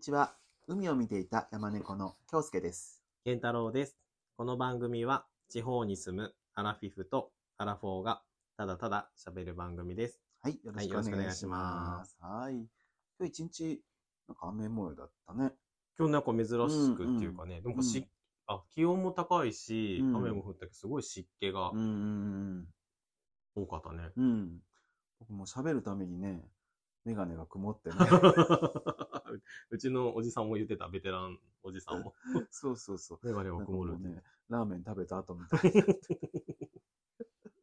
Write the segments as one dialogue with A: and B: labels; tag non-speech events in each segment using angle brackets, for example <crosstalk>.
A: ちは。海を見ていた山猫の京介です。
B: 健太郎です。この番組は地方に住むアラフィフとアラフォーがただただ喋る番組です。
A: はい、よろしくお願いします。はい。今日一日、なんか雨模様だったね。
B: 今日なんか珍しくっていうかね、なんかし、
A: うん
B: あ、気温も高いし、
A: うん
B: 雨も降ったけど、すごい湿気が
A: うんうん
B: 多かっ
A: <laughs>
B: たね。
A: うん。うん。僕も喋るためにね、メガネが曇 <laughs> ってね。
B: うちのおじさんも言ってた、ベテランおじさんも。
A: そうそうそう。
B: メガネが
A: なんか
B: 曇
A: も
B: るっ
A: う
B: て。
A: ね、ラーメン食べた後みたい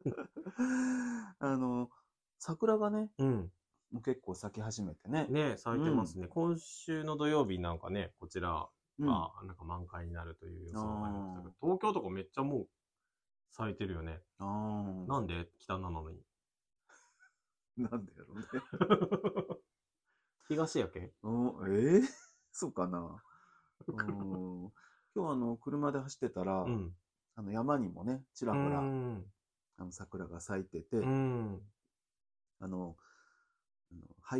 A: な。 <laughs> あの、桜がね、
B: <laughs> うん。
A: もう結構咲き始めてね。
B: ね、咲いてますね。今週の土曜日なんかね、こちら
A: うん、
B: がなんか満開になるという予想がありましたけど、東京とかめっちゃもう咲いてるよね。
A: あー
B: なんで北なのに。
A: なんでやろうね。
B: 東やけん
A: うんえー <laughs> そうかな。うん今日あの、車で走ってたら、
B: うん。
A: あの山にもね、ちらほら、
B: うん。
A: あの桜が咲いてて、
B: うん。
A: あの、あの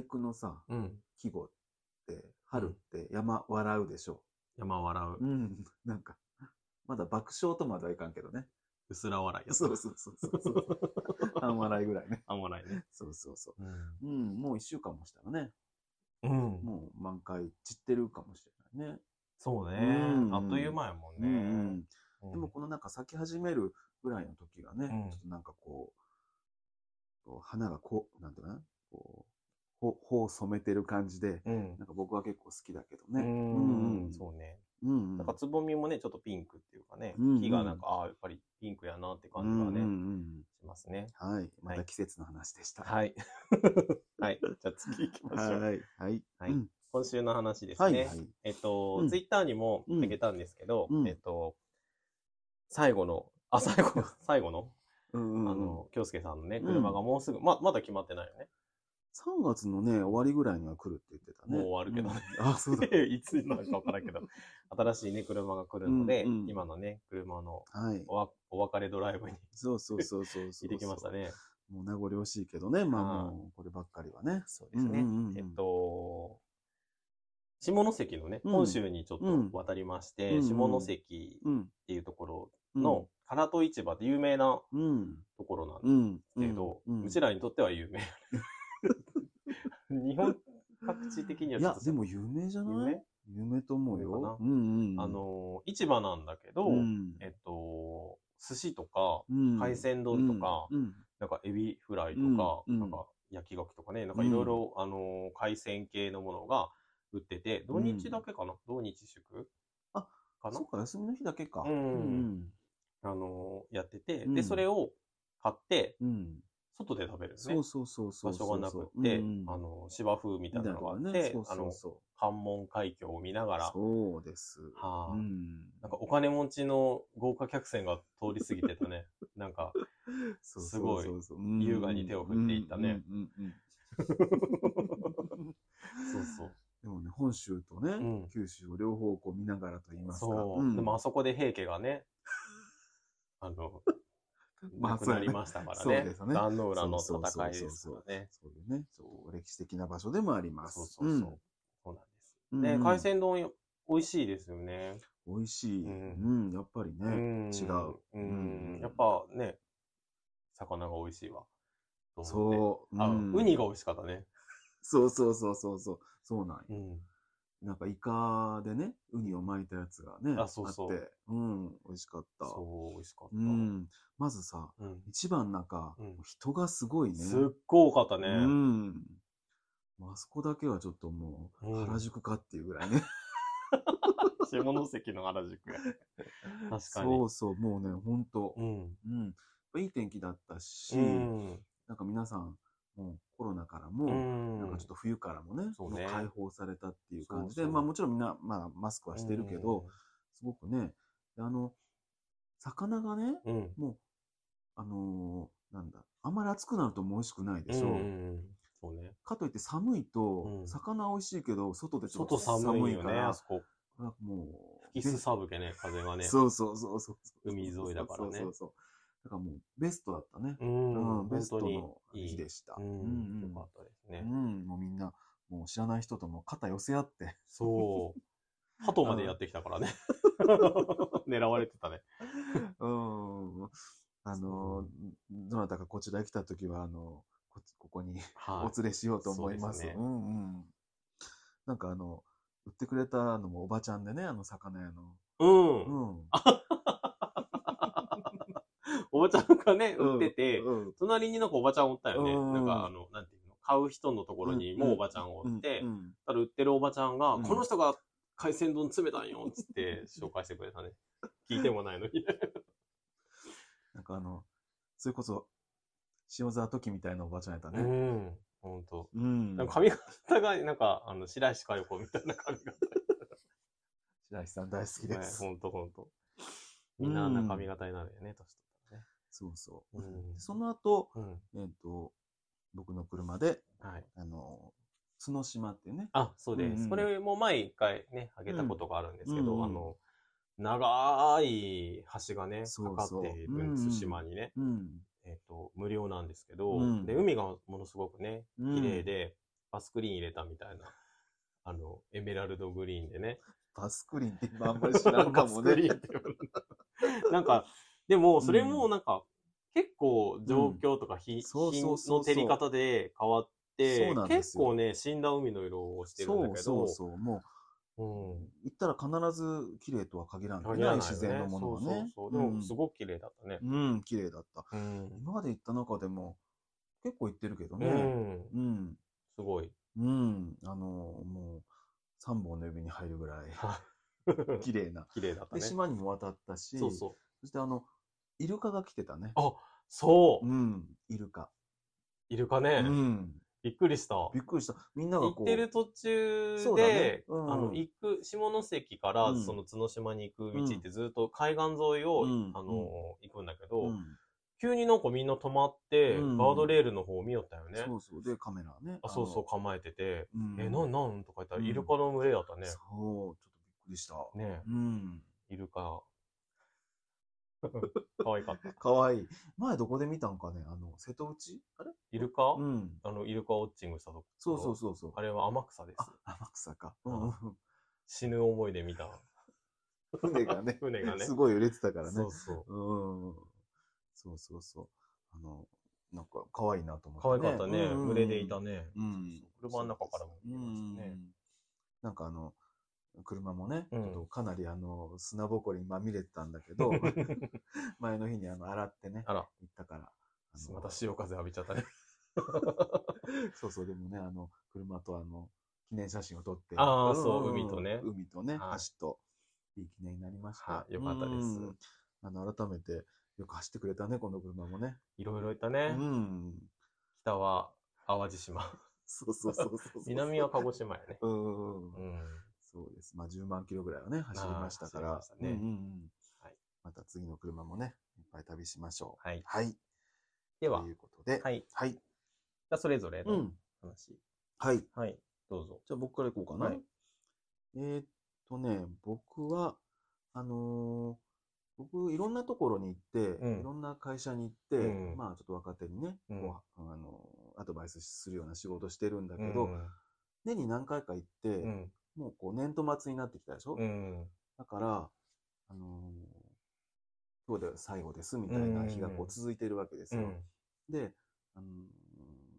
A: 俳句のさ、
B: うん。
A: 季語って、春って山笑うでしょ。
B: 山笑う
A: う。ん、なんか、まだ爆笑とまではいかんけどね。
B: 薄ら笑いやつ。
A: そうそうそうそうそう。半笑いぐらいね。
B: あん笑いね。
A: そうそうそうう。うん、もう一週間もしたらね、
B: ん。うん。
A: もう満開散ってるかもしれないね。
B: そうね
A: う。ん
B: あっという間やもん
A: う
B: ね。
A: んうん。
B: うん
A: でもこのなんか咲き始めるぐらいの時がね、
B: うん
A: ちょっとなんかこう、こう花がこう、なんていうかな、こう、ほ頬を染めてる感じで、
B: うん。
A: なんか僕は結構好きだけど
B: う
A: ね。
B: ん。そうね。
A: う。うん、うん。
B: なんかつぼみもね、ちょっとピンクっていうかね
A: うんう。ん
B: 木がなんか、ああ、やっぱりピンクやなって感
A: うん
B: じ
A: う
B: がね、
A: んうん
B: しますね。
A: はい。また季節の話でした。
B: はい。 <laughs> はい。じゃあ次行きましょう。
A: はい。はい。
B: はい
A: うん
B: 今週の話です
A: はい。
B: ね
A: は。い。
B: えっと、
A: うん
B: ツイッターにも
A: うん
B: あげたんですけど、
A: うん
B: えっと、最後の、あ、最後の、 <laughs> 最後の、
A: うん
B: あ
A: うんうん。
B: の、京介さんのね、
A: うん
B: 車がもうすぐ、ま、まだ決まってないよね。
A: 3月のね、終わりぐらいには来るって言ってたね。
B: もう終わるけどね
A: うんあ、
B: <laughs>
A: そうだ。
B: いつになるかわからんけど、新しいね、車が来るので、
A: うんうん
B: 今のね、車の
A: はい。
B: おわお別れドライブに
A: そうそうそうそうそ
B: <laughs> 行
A: う。
B: ってきました。ね。
A: もう名残惜しいけどね。まあ
B: はい
A: もう、こればっかりはね。
B: そうですね。
A: うんうんうん
B: えっと、下関のね、
A: うん
B: 本州にちょっ
A: うん
B: と渡りまして、
A: うんうん
B: 下関っ
A: うん。
B: ていうところ
A: うん
B: の、、唐戸市場って有名な
A: うん。
B: ところなんです
A: うん。
B: けど、う
A: うん
B: ちらにとっては有名。 <laughs> 日本各地的にはいちょ
A: や
B: っ、と
A: でも有名じゃ
B: 有
A: ない
B: 名
A: 有名と思う
B: 有名
A: よ
B: か。
A: うんうんうん。
B: あ、の、市場なんだけど、
A: うん、
B: えっと、寿司とか、
A: うん
B: 海鮮丼とか、
A: うん
B: なんかエビフライとか、
A: うん
B: なんか焼き牡蠣とかね、なんかいろいろ、あの、海鮮系のものが売ってて、土日だけかな、土日祝
A: あ
B: かな
A: そっか、休みの日だけか。
B: うん
A: うん
B: あの、やってて、
A: うん
B: で、それを買って、
A: うん。うん
B: 外で食べるんです
A: そ
B: ね
A: う。そうそうそう
B: 場
A: そう。
B: 所がなくって、
A: うん
B: あ、の、芝生みたいなのがあって、
A: みたいなのがね
B: あの、
A: そう
B: 関門海峡を見ながら、
A: そうそう。そうです。
B: はあ
A: うん。
B: なんかお金持ちの豪華客船が通り過ぎて
A: <laughs>
B: たね。なんか、
A: そう
B: すごい
A: そうそうそう
B: 優雅に手を振っていったね。
A: うんうんうん
B: <laughs>
A: <laughs> うん
B: そうそう。
A: でもね、本州とね、
B: ん
A: 九州を両方こう見ながらと言いますか。
B: そう、
A: ん
B: でもあそこで平家がね、 <laughs> あの、
A: <laughs> まあ
B: 亡くなりましたから
A: そう
B: ね。
A: やねそうですよね
B: 壇の浦の
A: そうそうそうそう
B: 戦いですからね。
A: そういうね、そう、歴史的な場所でもあります。
B: そうそうそう。
A: ん
B: そうなんです。
A: う
B: ね、
A: ん
B: 海鮮丼美味しいですよね。
A: 美味しい。う、
B: うん
A: やっぱりね。
B: うん。
A: 違う。
B: う
A: う
B: ん
A: ん。
B: やっぱね、魚が美味しいわ。と思って
A: そう。
B: あ、
A: うん
B: ウニが美味しかったね。
A: そうそうそうそうそう。そうなんよ
B: うん。
A: なんかイカでね、ウニを巻いたやつがね、
B: あそうそう
A: あって、うん、美味しかった。
B: そう、美味しかった。
A: う。ん。まずさ、
B: うん
A: 一番なんか、
B: うん
A: 人がすごいね。
B: すっごい多かったね。
A: うん。もうあそこだけはちょっともう、
B: うん
A: 原宿かっていうぐらいね。
B: 下関の
A: <laughs>
B: 原宿や。確かに。
A: そうそう、もうね、ほんと。
B: うん。
A: うん。いい天気だったし、
B: うん。
A: なんか皆さん、もうコロナから
B: う
A: も、
B: ん。
A: なんかちょっと冬からもね、
B: そうね
A: もう解放されたっていう感じで、
B: そうそう
A: まあもちろんみんな、まあマスクはしてるけど、すごくね、であの、魚がね、
B: うん、うん。
A: もう、あのーなんだ、あんまり暑くなるともう美味しくないでしょ。
B: うんうんうんそうね。
A: かといって寒いと、
B: うん
A: 魚美味しいけど、外でちょっ
B: 外
A: と
B: 寒いよ
A: か
B: ね、
A: ら、
B: あそこ。
A: これはもう、
B: 吹きすさぶけね、風がね。
A: そうそうそうそうそう。
B: 海沿いだからね
A: そうそうそう。だからもう、ベストだったね。
B: う。
A: うんん、ベ
B: 本
A: スト
B: 当に
A: の
B: い
A: 日
B: い。
A: でした。
B: う。
A: うん
B: よ
A: ん
B: かったです
A: う
B: ね。
A: ん、もうみんな、もう知らない人ともう肩寄せ合って、 <laughs>
B: そう。鳩までやってきたからね。 <laughs> 狙われてたね。
A: うん。あ
B: そう
A: の、どなたかこちらへ来たときは、あの、こここに
B: は
A: お連れしようと思います。
B: そうですね
A: うんうん。なんかあの、売ってくれたのもおばちゃんでね、あの魚屋の。
B: い。うん。
A: うん。
B: おばちゃんがね、売ってて、
A: うん
B: 隣になんかおばちゃんおったよね。
A: うん
B: なんかあの、なんていうの、買う人のところにもうおばちゃんおって、
A: うんうん
B: ただ売ってるおばちゃんが、
A: うん
B: この人が海鮮丼詰めたんよ、つって紹介してくれたね。聞いてもない
A: <laughs>
B: のに。
A: なんかあの、それこそ、塩沢時みたいなおばちゃんやった
B: う
A: ね。
B: ん。ほんと。
A: うん。
B: なんか髪型が、なんか、あの、白石佳代子みたいな髪型。
A: 白石さん大好きです。
B: ねほんとほんと。みんなあんな髪型になるよね、年取っ
A: そうそう。
B: うん
A: その後、
B: たらね。
A: えっ、と、僕の車で、
B: うん。はい。
A: あの、角島っていうね。
B: あ、そうで
A: うんう
B: す。
A: ん
B: これも前一回ね、あげたことがあるんですけ
A: うんうん
B: ど、あの、長い橋がね、
A: そ
B: か
A: うそ
B: か
A: う
B: っているん
A: うんう
B: で
A: ん
B: す、島にね。
A: うん。
B: えっと、無料なんですけ
A: うん
B: ど、で、海がものすごくね、
A: うん
B: 綺麗。で、バスクリーン入れたみたいな、 <laughs> あの、エメラルドグリーンでね。
A: バスクリーンって今あんまり知らんかも
B: <laughs> バスクリ
A: ね。
B: ーンって言われるなんか、でも、それもなんか、結構状況とか日、
A: そう
B: 日
A: そうそうそう
B: の照り方で変わって
A: そうなん、です
B: 結
A: よ
B: 構ね、死んだ海の色をしてるん
A: そ
B: だ
A: う
B: けど、
A: そうそう。もう、
B: う
A: 行ったら必ず綺麗とは限らん
B: ん。
A: けど
B: 限らないよね
A: 自然のものはね。
B: そうそうそう。でも、す
A: う
B: ごく綺麗だったね。
A: ん、うん、綺麗だった。
B: うん。
A: 今まで行った中でも、結構行ってるけど
B: う
A: ね。
B: ん。
A: うん。
B: すごい。 <laughs>
A: うん。あの、もう、三本の指に入るぐらい、綺麗な。
B: <laughs> 綺麗だった
A: で、
B: ね。
A: 島にも渡ったし、
B: そうそう。
A: そしてあの、イルカが来てたね。
B: あそう。
A: うん、イルカ。
B: イルカ
A: う
B: ね。
A: ん。
B: びっくりした。
A: びっくりした。みんなが
B: 行
A: こう。
B: ってる途中
A: そうだね
B: で、
A: うん
B: あの、行く、下関から
A: うん
B: その角島に行く道ってずっと海岸沿いを、
A: うん
B: あ
A: う
B: の、行くんだけど、
A: うん
B: 急になんかみんな止まって、
A: うん
B: ガードレールの方を見よったよね。
A: そうそう。で、カメラね。
B: あそうそう構えてて、
A: あの。うん
B: え、なんなんとか言ったら、
A: うん
B: イルカの群れやったね。
A: そう、ちょっとびっくりした。
B: ね
A: うん。
B: イルカ。 <laughs> 可愛かった。
A: かわいい。前どこで見たんかねあの、瀬戸内あれ
B: イルカ、
A: うん。
B: あの、イルカウォッチングしたとこ。
A: そうそうそうそう。
B: あれは天草です。
A: あ、天草か。うん。
B: 死ぬ思いで見た。
A: 船がね、
B: <laughs> 船がね。
A: すごい揺れてたからね。
B: そううそ
A: ん。そうそうそう。あの、なんか、可愛いなと思
B: う。
A: っ
B: 可愛
A: て、ね。
B: かったね。
A: うん
B: 群れでいたね。
A: うん。
B: 車の中からも見えましたね
A: う。ん。なんかあの、車もね、
B: うん
A: ちょっとかなりあの、砂ぼこりにまみれてたんだ
B: <laughs>
A: けど、前の日にあの、洗ってね、
B: あら、
A: 行ったから。あの
B: また潮風浴びちゃっ
A: <laughs>
B: たね。
A: そうそう、でもね、あの、車とあの、記念写真を撮って。
B: あーそうん
A: んん
B: 海とね
A: 海とね、
B: はい
A: 橋と、いい記念になりました。
B: はいよかったです
A: うんあの、改めて、よく走ってくれたね、この車もね。
B: いろいろいた
A: う
B: ね。
A: ん。
B: 北は淡路島。
A: そうそうそうそうそう。
B: 南は鹿児島やね。
A: うん
B: う。ん。
A: そうです。まあ、10万キロぐらいはね、走りましたから。
B: まあ走りましたね
A: うんうんうん
B: はい
A: また次の車もね、いっぱい旅しましょう。
B: はい。
A: はい。
B: では
A: とい、うことで、
B: はい。じ
A: はい。
B: ゃあそれぞれ
A: う
B: の
A: ん。
B: 話。
A: はい。じ
B: はい。どうぞ。
A: ゃあ僕から行こうかな。
B: はい
A: えーっとね、僕は、あのー僕、いろんなところに行って、
B: うん
A: いろんな会社に行って、
B: うん
A: まあ、ちょっと若手にね、
B: うん
A: こうあのーアドバイスするような仕事してるんだけど、
B: うん
A: 年に何回か行って、
B: うん。
A: もうこう、年度末になってきたでしょ、
B: うん。
A: だから、あのー今日で最後ですみたいな日がこ
B: うん
A: う続いてるわけです
B: う
A: よ。
B: ん。
A: で、あのー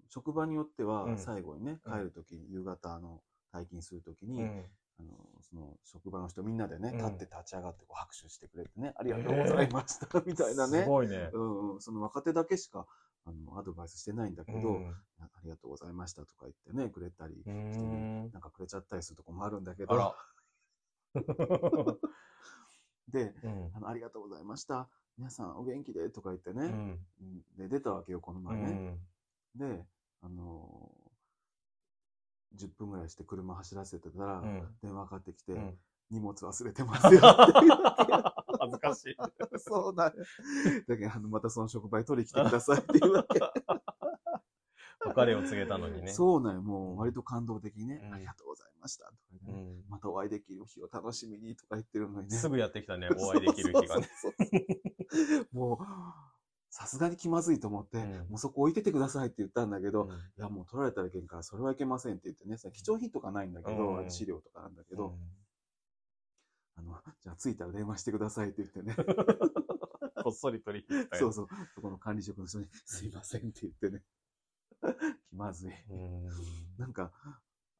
A: 職場によって
B: う
A: は
B: ん
A: 最後にね、
B: うん
A: 帰るとき、夕方あの退勤するときに、
B: うん
A: あのその職場の人みんなでね、
B: うん
A: 立って立ち上がってこう拍手してくれてね、ありがとうございました、みたいな
B: す
A: ね、
B: ごいね。
A: うんうん、その若手だけしかあのアドバイスしてないんだけど、
B: うん
A: ありがとうございましたとか言ってね、くれたり、
B: うーん。
A: なんかくれちゃったりするとこもあるんだけ
B: あ
A: ど
B: ら、。
A: <laughs> で、
B: うん
A: あの、ありがとうございました。皆さんお元気でとか言って
B: う
A: ね。
B: ん。
A: で、出たわけよ、この
B: う
A: 前ね。
B: ん。
A: で、あのー10分ぐらいして車走らせてたら、
B: うん
A: 電話かかってきて、 <laughs>
B: うん
A: 荷物忘れてますよって言って
B: <laughs> 恥ずかしい。
A: そうだ。だけど、あの、またその触媒取りに来てくださいって言うわけ。
B: <laughs> 別れを告げたのにね。
A: そうなんよ、もう割と感動的にね、
B: うん
A: ありがとうございましたとか言って
B: う
A: ね、
B: ん
A: またお会いできる日を楽しみにとか言ってるのにね。 <laughs>
B: すぐやってきたね、お会いできる日がね。
A: そうそうそうそう。もう、さすがに気まずいと思って、
B: うん
A: もうそこ置いててくださいって言ったんだけど、
B: うん
A: いや、もう取られたらいけんから、それはいけませんって言ってね、それ貴重品とかないんだけど、
B: うん
A: 資料とかなんだけど、
B: うん
A: あの、じゃあ着いたら電話してくださいって言ってね、
B: こっそり取りに行ったよ
A: そうそう、そこの管理職の人に、すいませんって言ってね、気まずい。
B: うん
A: なんか、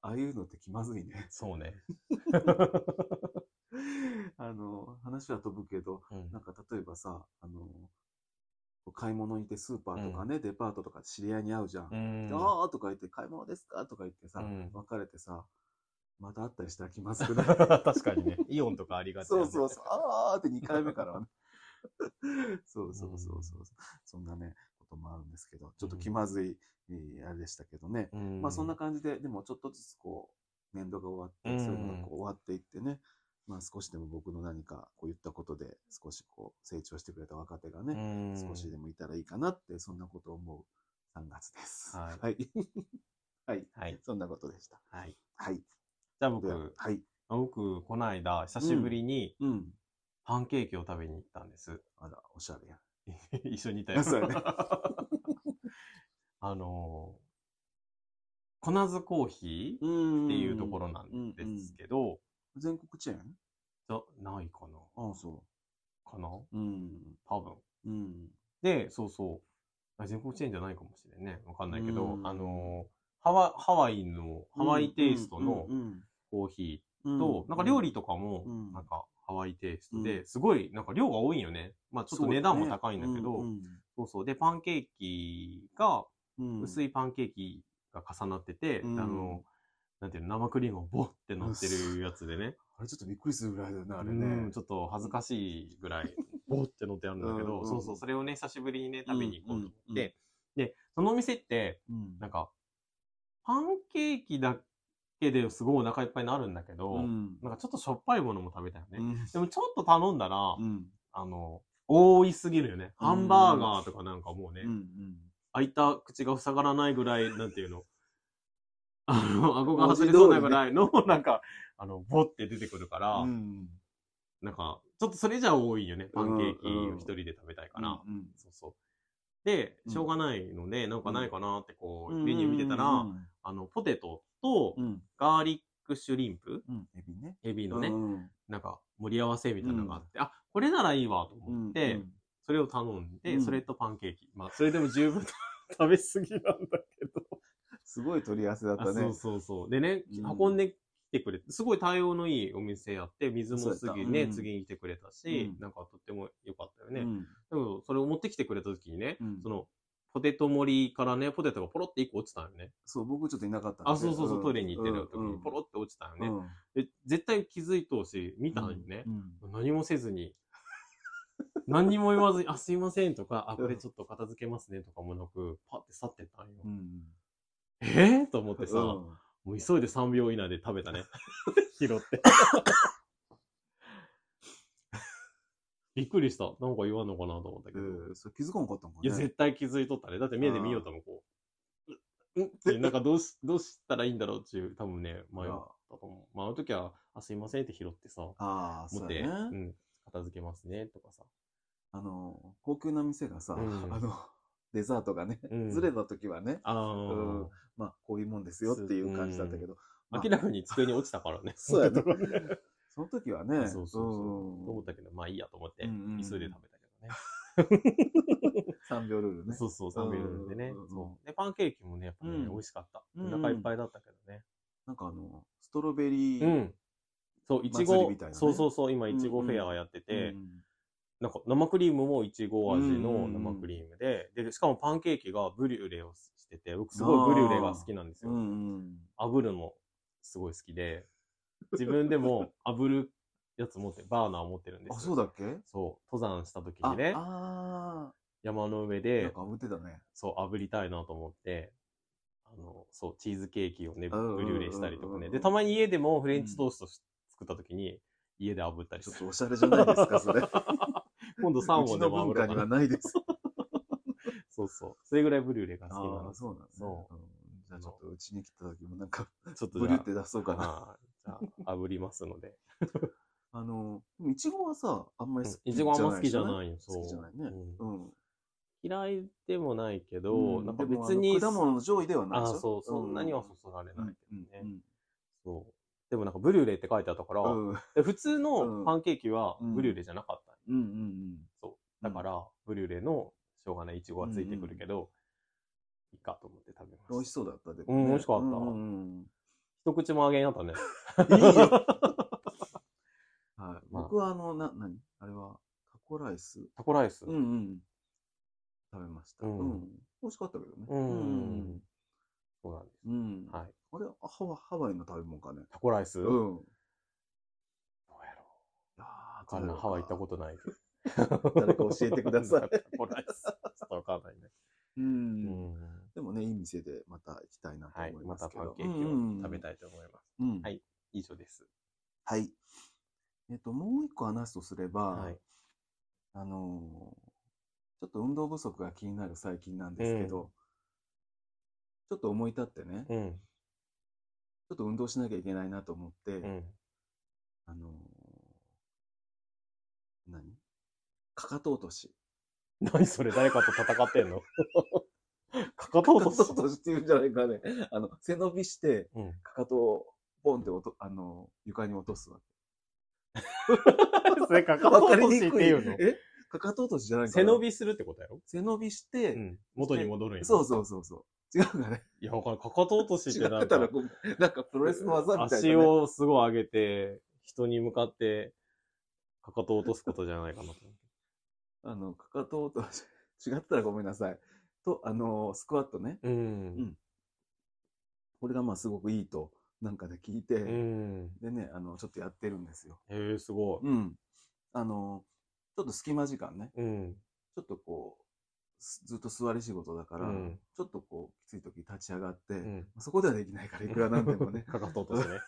A: ああいうのって気まずいね。
B: そうね。
A: <laughs> あの、話は飛ぶけど、
B: うん
A: なんか例えばさ、あの、買い物に行ってスーパーとかね、デパートとか知り合いに会うじゃん。
B: うん
A: であーとか言って、買い物ですかとか言ってさ、
B: うん
A: 別れてさ、また会ったりしたら <laughs> 気まずくない
B: <laughs> 確かにね。イオンとかありがちだ
A: そ
B: ね
A: うそうそう、あーって2回目からはね。 <laughs> そうそうそうそう。そんなね、こともあるんですけど、ちょっと気まずい、えーあれでしたけどね。
B: うん
A: まあそんな感じで、でもちょっとずつこう、年度が終わって、そういうのがこう終わっていってね、まあ少しでも僕の何かこう言ったことで、少しこう成長してくれた若手が
B: う
A: ね、
B: ん
A: 少しでもいたらいいかなって、そんなことを思う3月です。
B: はい
A: <laughs> はい。はい。
B: はい。
A: そんなことでした。
B: はい。じ
A: はい。
B: ゃあ
A: では
B: 僕、
A: はい。
B: 僕、この間、久しぶりに
A: うん。
B: パンケーキを食べに行ったんです。 <laughs>
A: あら、おしゃれや。
B: 一緒にいたよ。
A: そうやね
B: <laughs> あのー、粉ずコーヒーっ
A: ん
B: ていうところなんですけど、
A: 全国チェーン
B: じゃないかな
A: ああ、そ
B: かな
A: う。うん。
B: 多分。
A: うん。
B: で、そうそう。あ全国チェーンじゃないかもしれんね。わかんないけど
A: う、ん
B: あのー、ハワハワイの、ハワイテイストの
A: うん
B: コーヒ
A: うんう
B: ー
A: ん
B: と、なんか料
A: 理
B: 理とかも
A: うん、
B: なんかハワイテイスト
A: う
B: で、すごい、なんか量が多いんよね。まあちょっと値段も高いんだけど、そうそう。で、パンケーキが、薄
A: い
B: いパンケーキが重なってて、
A: うん
B: あの、なんていうの、生クリームをボッて乗ってるやつでね。
A: あれちょっとびっくりするぐらいだよね、あれ
B: うん
A: ね。
B: ちょっと恥ずかしいぐ
A: <laughs>
B: らい、ボッて乗ってあるんだけ
A: うん
B: ど、
A: うん
B: そうそう、それをね、久しぶりにね、食べに行こう
A: う
B: と思っ
A: んうん
B: て、で、そのお店って、
A: うん
B: なんか、パンケーキだけですごいお腹いっぱいになるんだけど、
A: うん
B: なんかちょっとしょっぱいものも食べたよね。
A: うん
B: でもちょっと頼んだら、
A: うん
B: あの、多いすぎるよね。
A: うん
B: ハンバーガーとかなんかもうね、
A: うんうん
B: 開いた口が塞がらないぐらい、なんてい
A: <laughs>
B: うの、あの、顎が外れそうなぐらいの、なんか、あの、ボって出てくるから、
A: うん
B: なんか、ちょっとそれじゃ多いよね、パンケーキ
A: うんうん
B: を一人で食べたいから。
A: うん
B: そうそう。で、
A: うん
B: しょうがないので、なんかないかなってこう、
A: うん
B: メニュー見てたら、
A: うん
B: あの、ポテトと
A: うん
B: ガーリックシュリンプ、
A: うんエビね。
B: エビのね、
A: うん
B: なんか盛り合わせみたいなのがあって、あ、これならいいわと思って、
A: うん
B: それを頼んで、
A: うん
B: それとパンケーキ。まあ、それでも十分食べ過ぎなんだけど。
A: すごい取り合わ <laughs> せだっ
B: あ
A: た
B: そ
A: ね
B: う。そうそう。でね、
A: うん
B: 運んできてくれて、すごい対応のいいお店やって、水もす
A: そうや
B: ぐ
A: った
B: ね、
A: うん
B: 次に来てくれたし、
A: うん
B: なんかとっても良かったよ
A: う
B: ね。
A: ん
B: でも、それを持ってきてくれた時にね、
A: うん
B: その、ポテト盛りからね、ポテトがポロって1個落ちたよね。
A: そう、僕ちょっといなかったんで
B: あ、そうそうそう、
A: ん
B: トイレに行ってる時
A: うんう
B: に
A: ん
B: ポロって落ちたよ
A: う
B: ね。
A: ん
B: で絶対気づいとうし、見たよね
A: う。ん
B: 何もせずに、 <laughs> 何にも言わずに、あ、すいませんとか、あ、これちょっと片付けますねとかもなく、パって去ってったんよ。
A: うん
B: えー、と思ってさ、
A: うん
B: もう急いで3秒以内で食べた
A: <laughs>
B: ね。拾って。 <laughs> びっくりした。なんか言わんのかなと思ったけ
A: え
B: ど。
A: ーそれ気づかなかったんか
B: いや、
A: ね。
B: 絶対気づいとったね。だって目で見ようともこう。うんって、なんかどうし、 <laughs> どうしたらいいんだろうっていう、多分ね、迷ったと思う。まあ、あの時は、あ、すいませんって拾ってさ、持
A: ああ、そ
B: っ
A: う
B: て、
A: やね。
B: うん、片付けますね、とかさ。
A: あの、高級な店がさ、
B: うん
A: あの、デザートがね、
B: うん
A: ずれた時はね、
B: ああ、
A: うんまあ、こういうもんですよっていう感じだったけど、まあ
B: 明らかに机に落ちたからね。
A: <laughs> そうや
B: <laughs>
A: ね
B: とかね。
A: その時はね、
B: そうそうそう。
A: うん
B: と思ったけど、まあいいやと思って、
A: う
B: 急
A: んうんうん
B: いで食べたけどね。
A: <laughs> 3秒ルールね。
B: そうそう、3秒ルールでね
A: うんうんうん。
B: そう。で、パンケーキもね、やっぱね、
A: うん
B: 美味しかった。
A: うん
B: お腹いっぱいだったけどね。
A: なんかあの、ストロベリ
B: う
A: ー、
B: ん。そう、いち
A: 祭り
B: ご
A: みたいな、ね
B: そうそうそう、今、いちご
A: うん
B: フ
A: うん
B: ェアやって
A: う
B: て、
A: ん
B: なんか生クリームもいちご味
A: う
B: の
A: んうんうん
B: 生クリームで、で、しかもパンケーキがブリュレをしてて、僕すごいブリュレが好きなんです
A: う
B: よ。
A: んうん
B: 炙るのもすごい好きで、自分でも炙るやつ持って、バーナー持ってるんです
A: あ、そうだっけ
B: そう、登山した時
A: あ
B: にね、
A: あ
B: 山の上
A: ー、なん
B: で
A: か、炙ってたね。
B: そう、炙りたいなと思って、あの、そう、チーズケーキをね、
A: う
B: ブ
A: んうんうんうん
B: リュレしたりとかね。で、たまに家でもフレンチトーストし作った時に、家で炙ったり
A: ちょ
B: す
A: っ
B: る。
A: とおしゃれじゃないですか、そ
B: <laughs>
A: れ。う
B: 今度3
A: ち
B: 本で
A: の
B: も炙
A: 文
B: ろ
A: 化
B: うか
A: には
B: な。
A: ないです。
B: そうそう。それぐらいブリュレが
A: あ
B: 好きなの
A: あ、。そうなんだね
B: そうん
A: じゃあちょっとうちに来た時もなんか、
B: ちょっと
A: ブリ
B: じゃ
A: ュ
B: あ
A: っ、て出そうかな。
B: あーじゃあ、炙ります
A: <laughs>
B: ので。
A: あの、でもいちごはさ、あんまり好き
B: いちごあんま好きじゃ
A: い。
B: ないよ、そう。
A: 好きじゃないね
B: うん
A: うん。
B: 嫌いでもないけど、
A: うん
B: なんか
A: でも
B: 別に、
A: あの果物の上位ではない
B: あ
A: でしょ
B: ーそう、そんなにはそそられ
A: う
B: なんいけどね。
A: うん
B: そう。でもなんかブリュレって書いてあったから、
A: うんうん
B: で普通
A: うん
B: のパンケーキは
A: うん
B: ブリュレじゃなかった。
A: うんうん
B: そう。だから、ブリュレのしょうがないイチゴはついてくるけど、いいかと思って食べました。
A: 美味しそうだったで
B: うん美味しかった
A: うん
B: 一口も揚げになったね。
A: うんいいよはい
B: まあ
A: 僕はあのな何あれはタコライス
B: タコライス。
A: うんうん食べましたう
B: うん
A: ん美味しかったけどね
B: うん
A: うん
B: そうなんです。
A: うんあ
B: はい。
A: れハワハワイの食べ物かね
B: タコライス、
A: う
B: どうんやろ
A: あ
B: う。かんないハワイ行ったことないけど。
A: 誰か教えてく
B: <laughs>
A: ださい
B: タコライス。ちょっとわかんないね。
A: う
B: うんん。
A: でもねいい店でまた行きたいなと
B: はい
A: 思。い
B: ま
A: ます
B: た
A: け
B: パ
A: ど
B: ンケーキを食べ
A: い
B: たいと思います。
A: うん
B: はい以上です。
A: はいえっともう一個話すとすれば
B: はい。
A: あのーちょっと運動不足が気になる最近なんですけど、ちょっと思い立ってね、ち
B: うん。
A: ょっと運動しなきゃいけないなと思って、
B: うん。
A: あのー何かかと落とし。
B: 何それ誰かと戦ってん <laughs> のかかと
A: か
B: <laughs> 落
A: かと
B: とす
A: 落としっていうんじゃないかね。あの、背伸びして、
B: うん。
A: かかとをポンって落と、あのー床に落とすわ
B: <laughs> それか
A: け。
B: かと落としっていうの
A: えかかと落としじゃないか
B: 背
A: な
B: 伸びするってことやろ
A: 背伸びして、
B: うん。元に戻るんや。
A: そうそうそうそう。違うかね。
B: いや、わかんない。かかと落としって
A: 違
B: な
A: っ
B: ん
A: た
B: か、
A: らごめん、なんかプロレスの技みたいな、ね。
B: 足をすごい上げて、人に向かって、かかと落とすことじゃないかなと思って。
A: あの、かかと落とし、違ったらごめんなさい。と、あのースクワットね。
B: うん。
A: これがまあすごくいいと、なんかで聞いて、
B: うん。
A: でね、あの、ちょっとやってるんですよ。
B: へえ、すごい。
A: うん。あのーちょっと隙間時間ね、
B: うん。
A: ちょっとこう、すずっと座り仕事だから、
B: うん
A: ちょっとこう、きつい時立ち上がって、
B: うん。。
A: そこではできないから、いくらなんでもね <laughs>
B: かかと落としね。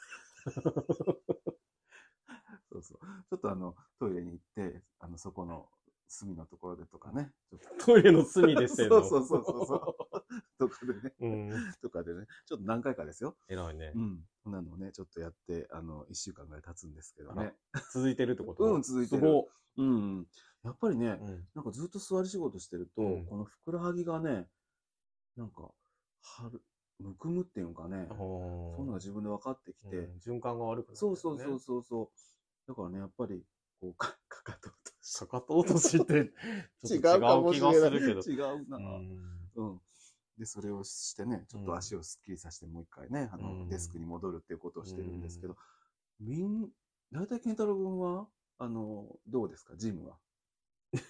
A: そうそう。ちょっとあの、トイレに行って、あの、そこの、隅のところでとかね。ちょっと
B: <laughs> トイレの隅でしてんの。
A: そうそうそうそう。とかでね、
B: う。うん。
A: <laughs> とかでね、ちょっと何回かですよ。
B: 偉いね
A: う。ん。そんなのね、ちょっとやって、あの、一週間ぐらい経つんですけどね。
B: 続いてるってこと
A: うん続いてる
B: すご
A: うん。やっぱりね、
B: い。うん。
A: なんかずっと座り仕事してると、
B: うん
A: このふくらはぎがね、なんか、はる、むくむっていうのかね、そん
B: そ
A: なのが自分で分かってきて、
B: うん循環が悪くなる、ね。
A: そうそうそうそうそう。だからね、やっぱり、こう、か、 <laughs> かかと落とし。
B: かかと落としって、ちょっと
A: 違うかも
B: 違う気
A: し
B: が
A: れな
B: す
A: い。
B: るけど。
A: 違うな、
B: うん
A: うん。で、それをしてね、ちょっと足をすっきりさせて、もう一回ね、あ
B: う
A: の、
B: ん
A: デスクに戻るっていうことをしてるんですけど、みん、大体健太郎君は、あの、どうですか、ジムは。
B: 聞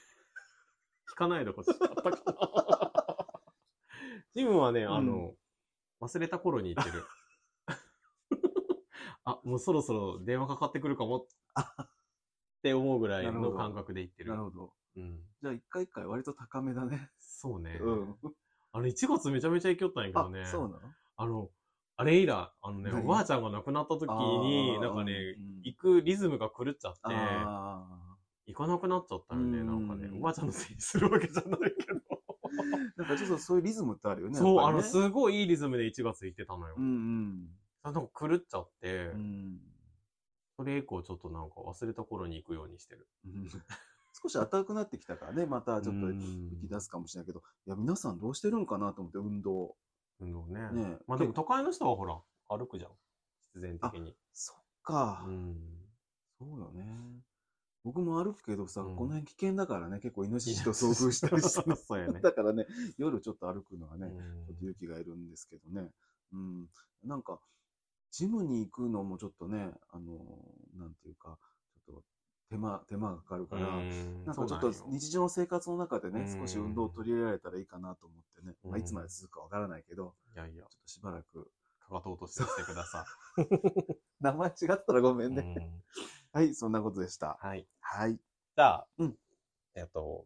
B: かないでほしかったかな。ジムはね、あの、忘れた頃に行ってる。
A: <laughs>
B: あ、もうそろそろ電話かかってくるかもって思うぐらい
A: なるほ
B: の
A: ど
B: 感覚で行ってる。
A: なるほど。
B: うん、
A: じゃあ、一回一回割と高めだね。
B: そうね。
A: うん。
B: あの、1月めちゃめちゃ行きよったんやけ
A: あ
B: どね。、
A: そうなの
B: あの、あれ以来、あのね、
A: 何
B: おばあちゃんが亡くなった時に、
A: あー
B: なんかね、
A: うん
B: 行くリズムが狂っちゃって、
A: あ
B: 行かなくなっちゃったよね、なんかね。
A: うん
B: おばあちゃんのせいにするわけじゃないけ
A: ー
B: ど。
A: なんかちょっと <laughs> そういうリズムってあるよね。
B: そう、
A: やっ
B: あ
A: ぱり
B: の、
A: ね
B: すごいいいリズムで1月行ってたのよ
A: う。ん
B: なんか狂っちゃって
A: うん。う、ん。
B: それ以降ちょっとなんか忘れた頃に行くようにしてる。
A: うん <laughs> 少し暖かくなってきたからね、またちょっと
B: うん
A: 浮き出すかもしれないけど、いや、皆さんどうしてるんかなと思って、運動。
B: 運動ね。
A: ね
B: まあでも都会の人はほら、歩くじゃん。必然的に。
A: そっか。
B: うん。
A: そうよね。僕も歩くけどさ、
B: うん
A: この辺危険だからね、結構イノシシと遭遇したりして
B: <laughs> そ
A: <laughs>
B: うやね。
A: だからね、夜ちょっと歩くのは
B: う
A: ね、ちょっと
B: ん
A: 勇気がいるんですけどね。うん。なんか、ジムに行くのもちょっとね、あのー、なんていうか、ちょっと手間、手間がかかるから、
B: うん
A: なんかちょっ
B: そう
A: と
B: なんよ
A: 日常の生活の中でね、
B: うん
A: 少し運動を取り入れられたらいいかなと思ってね、まあ、
B: うん
A: いつまで続くかわからないけど、
B: いやいや
A: ちょ、っとしばらく、
B: かかと落としてきてく
A: <laughs>
B: ださ
A: 名前違ったらごめ
B: い。
A: んね。
B: うん
A: はい、そんなことでした。
B: はい。
A: はい。
B: じゃあ、
A: うん
B: えっと、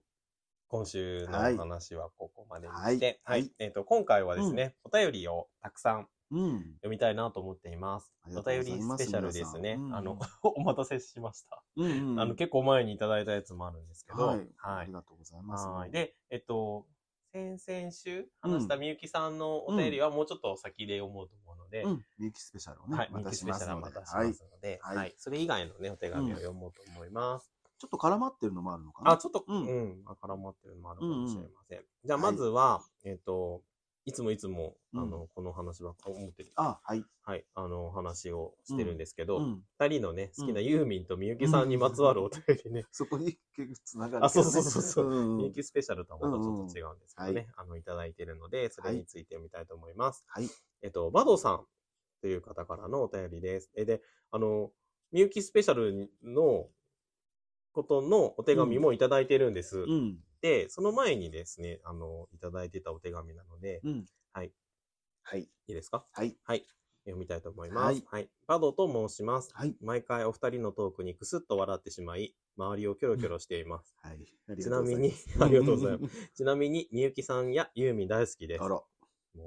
B: 今週の
A: はい
B: 話はここまでにして、
A: は
B: はいい。
A: はい
B: えっと、今回はですね、お便りをたくさん
A: うん。
B: 読みたいなと思っています
A: あり。が
B: お
A: とうご
B: 便
A: ざい
B: り
A: ま
B: ス
A: す
B: ペシャルですね。
A: 皆さんうん
B: あの、 <laughs> お待たせしました。
A: うんうん
B: あの、結構前にいただいたやつもあるんですけど、
A: は
B: はいい。。
A: あ
B: は
A: り
B: い。
A: がとうございます。
B: で、えっと、先々週話したみゆきさんのお便りはもうちょっと先で読もうと思うので、
A: うん。ミユキスペシャルをね、
B: はい。み
A: ま
B: ゆ
A: た
B: き
A: し
B: スペシ
A: ます
B: ャルは
A: の
B: ま
A: で。
B: たしますので、
A: は
B: はいい。それ以外のね、お手紙を読もうと思います。
A: ちょっと絡まってるのもあるのかな。
B: あ、ちょっと、
A: う
B: うんん、あ絡まってるのもあるかもしれません。じゃあ、まずは、えっ、と、いつもいつも、あ
A: うん
B: の、この話ばっか思ってる。
A: あ、はい。
B: はい、あの、お話をしてるんですけど、
A: うん。
B: 二人のね、好きなユーミンとみゆきさんにまつわるお便りね、
A: そこに結局つながる、。
B: あそうそうそうそう
A: うん
B: みゆきスペシャルとはまたちょっと違うんですけどね、
A: うんうんは
B: あの、いただいてるので、それについてみたいと思います。
A: はい。
B: えっと、バドさんという方からのお便りです。え、で、あの、みゆきスペシャルのことのお手紙もいただいてるんです。
A: うん。
B: で、その前にですね、あの、いただいてたお手紙なので、
A: うん。
B: はい。
A: はい。
B: いいですか
A: はい。
B: はい。読みたいと思います。
A: は
B: はいい。バドと申します。
A: はい。
B: 毎回お二人のトークにクスッと笑ってしまい、周りをキョロキョロしています。
A: はい。あり
B: ち
A: がと
B: な
A: うござ
B: み
A: い
B: に
A: ま、す
B: ありがとうございます。ちなみに、みゆきさんやユーミン大好きです
A: あ。ら、
B: も